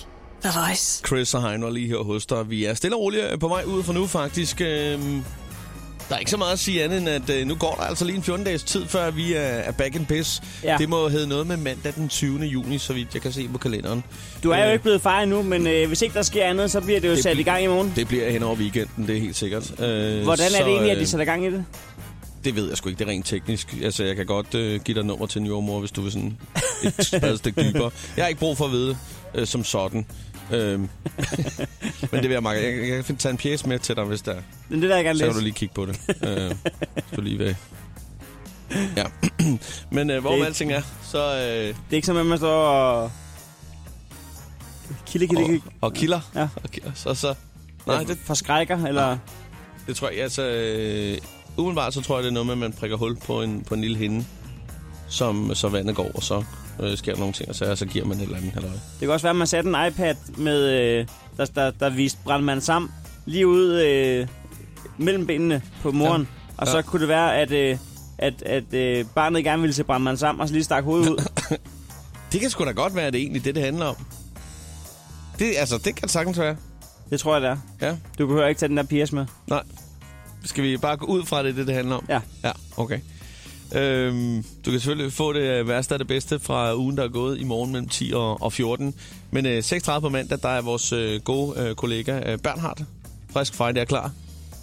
Speaker 1: The Voice.
Speaker 11: Chris og Heino er lige her hos dig. Vi er stille og roligt øh, på vej ud for nu, faktisk. Øhm, der er ikke så meget at sige andet, end at øh, nu går der altså lige en 14-dages tid, før vi er, er back in biz.
Speaker 3: Ja.
Speaker 11: Det må hedde noget med mandag den 20. juni, så vidt jeg kan se på kalenderen.
Speaker 3: Du er jo ikke blevet far endnu, men øh, hvis ikke der sker andet, så bliver det jo
Speaker 11: Det
Speaker 3: sat
Speaker 11: bl-
Speaker 3: i gang i morgen.
Speaker 11: Det bliver hen over weekenden, det er helt sikkert. Øh,
Speaker 3: Hvordan er
Speaker 11: så,
Speaker 3: det egentlig, at
Speaker 11: øh,
Speaker 3: de sætter gang i det?
Speaker 11: Det ved jeg sgu ikke, det er rent teknisk. Altså, jeg kan godt øh, give dig nummer til en jordmor, hvis du vil sådan et spadestik dybere. Jeg har ikke brug for at vide det, øh, som sådan. Øhm. Men det vil jeg meget Jeg, jeg kan finde- tage en pjæs med til dig, hvis der
Speaker 3: Men det der, jeg gerne
Speaker 11: Så kan du
Speaker 3: læse.
Speaker 11: lige kigge på det. øh, hvis du lige vil. Ja. Men øh, hvor
Speaker 3: Det-
Speaker 11: alting er, så... Øh,
Speaker 3: Det er ikke som, at man står og... Kilde, kilde,
Speaker 11: og,
Speaker 3: kilde.
Speaker 11: og kilder.
Speaker 3: Ja.
Speaker 11: Og, ki- så, så... Nej, det,
Speaker 3: forskrækker, eller...
Speaker 11: det tror jeg... Altså, øh, umiddelbart så tror jeg, det er noget med, at man prikker hul på en, på en lille hinde, som så vandet går, og så øh, sker der nogle ting, og så, så giver man et eller andet halløj.
Speaker 3: Det kan også være, at man satte en iPad, med, øh, der, der, der viste brandmand sammen, lige ud øh, mellem benene på moren. Ja. Og så
Speaker 11: Ja.
Speaker 3: kunne det være, at, øh, at, at øh, barnet gerne ville se brandmand sammen, og så lige stak hovedet ud.
Speaker 11: Det kan sgu da godt være, at det er egentlig det, det handler om. Det, altså, det kan det sagtens være.
Speaker 3: Det tror jeg, det er.
Speaker 11: Ja.
Speaker 3: Du behøver ikke tage den der PS med.
Speaker 11: Nej. Skal vi bare gå ud fra, at det er det, det handler om?
Speaker 3: Ja.
Speaker 11: Ja, okay. Øhm, du kan selvfølgelig få det øh, værste af det bedste fra ugen, der er gået i morgen mellem 10 og, og 14. Men øh, 6.30 på mandag, der er vores øh, gode øh, kollega øh, Bernhard frisk Friday er klar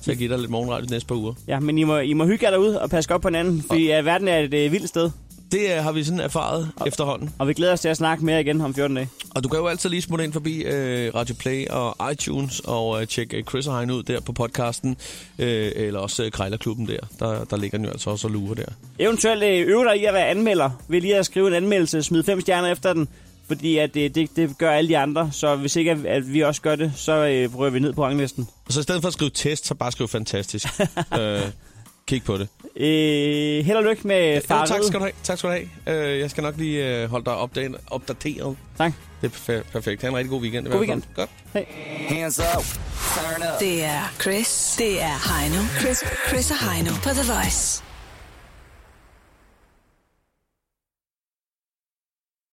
Speaker 11: til at give dig lidt morgenradio de næste par uger.
Speaker 3: Ja, men I må, I må hygge jer derude og passe godt på hinanden, fordi ja, verden er et øh, vildt sted.
Speaker 11: Det øh, har vi sådan erfaret og, efterhånden.
Speaker 3: Og vi glæder os til at snakke mere igen om 14 dage.
Speaker 11: Og du kan jo altid lige smutte ind forbi øh, Radio Play og iTunes og øh, tjekke øh, Chris og Heine ud der på podcasten. Øh, eller også øh, Krejlerklubben der. der. Der ligger den jo altså også og lurer der.
Speaker 3: Eventuelt øh, øv dig i at være anmelder. Ved lige at skrive en anmeldelse, smid fem stjerner efter den, fordi at, øh, det, det gør alle de andre. Så hvis ikke at, at vi også gør det, så øh, prøver vi ned på ranglisten.
Speaker 11: Og så i stedet for at skrive test, så bare skriv fantastisk. øh, kig på det.
Speaker 3: Øh, held og lykke med
Speaker 11: Jo,
Speaker 3: Farid.
Speaker 11: tak skal du have. Tak skal du have. Øh, jeg skal nok lige øh, holde dig opdateret. opdateret.
Speaker 3: Tak.
Speaker 11: Det er perfe- perfekt. Ha' en rigtig god weekend. i
Speaker 3: God
Speaker 11: hvert fald.
Speaker 3: weekend.
Speaker 11: Godt.
Speaker 3: Hej.
Speaker 1: Hands up. Turn up. Det er Chris. Det er Heino. Chris, Chris og Heino på The Voice.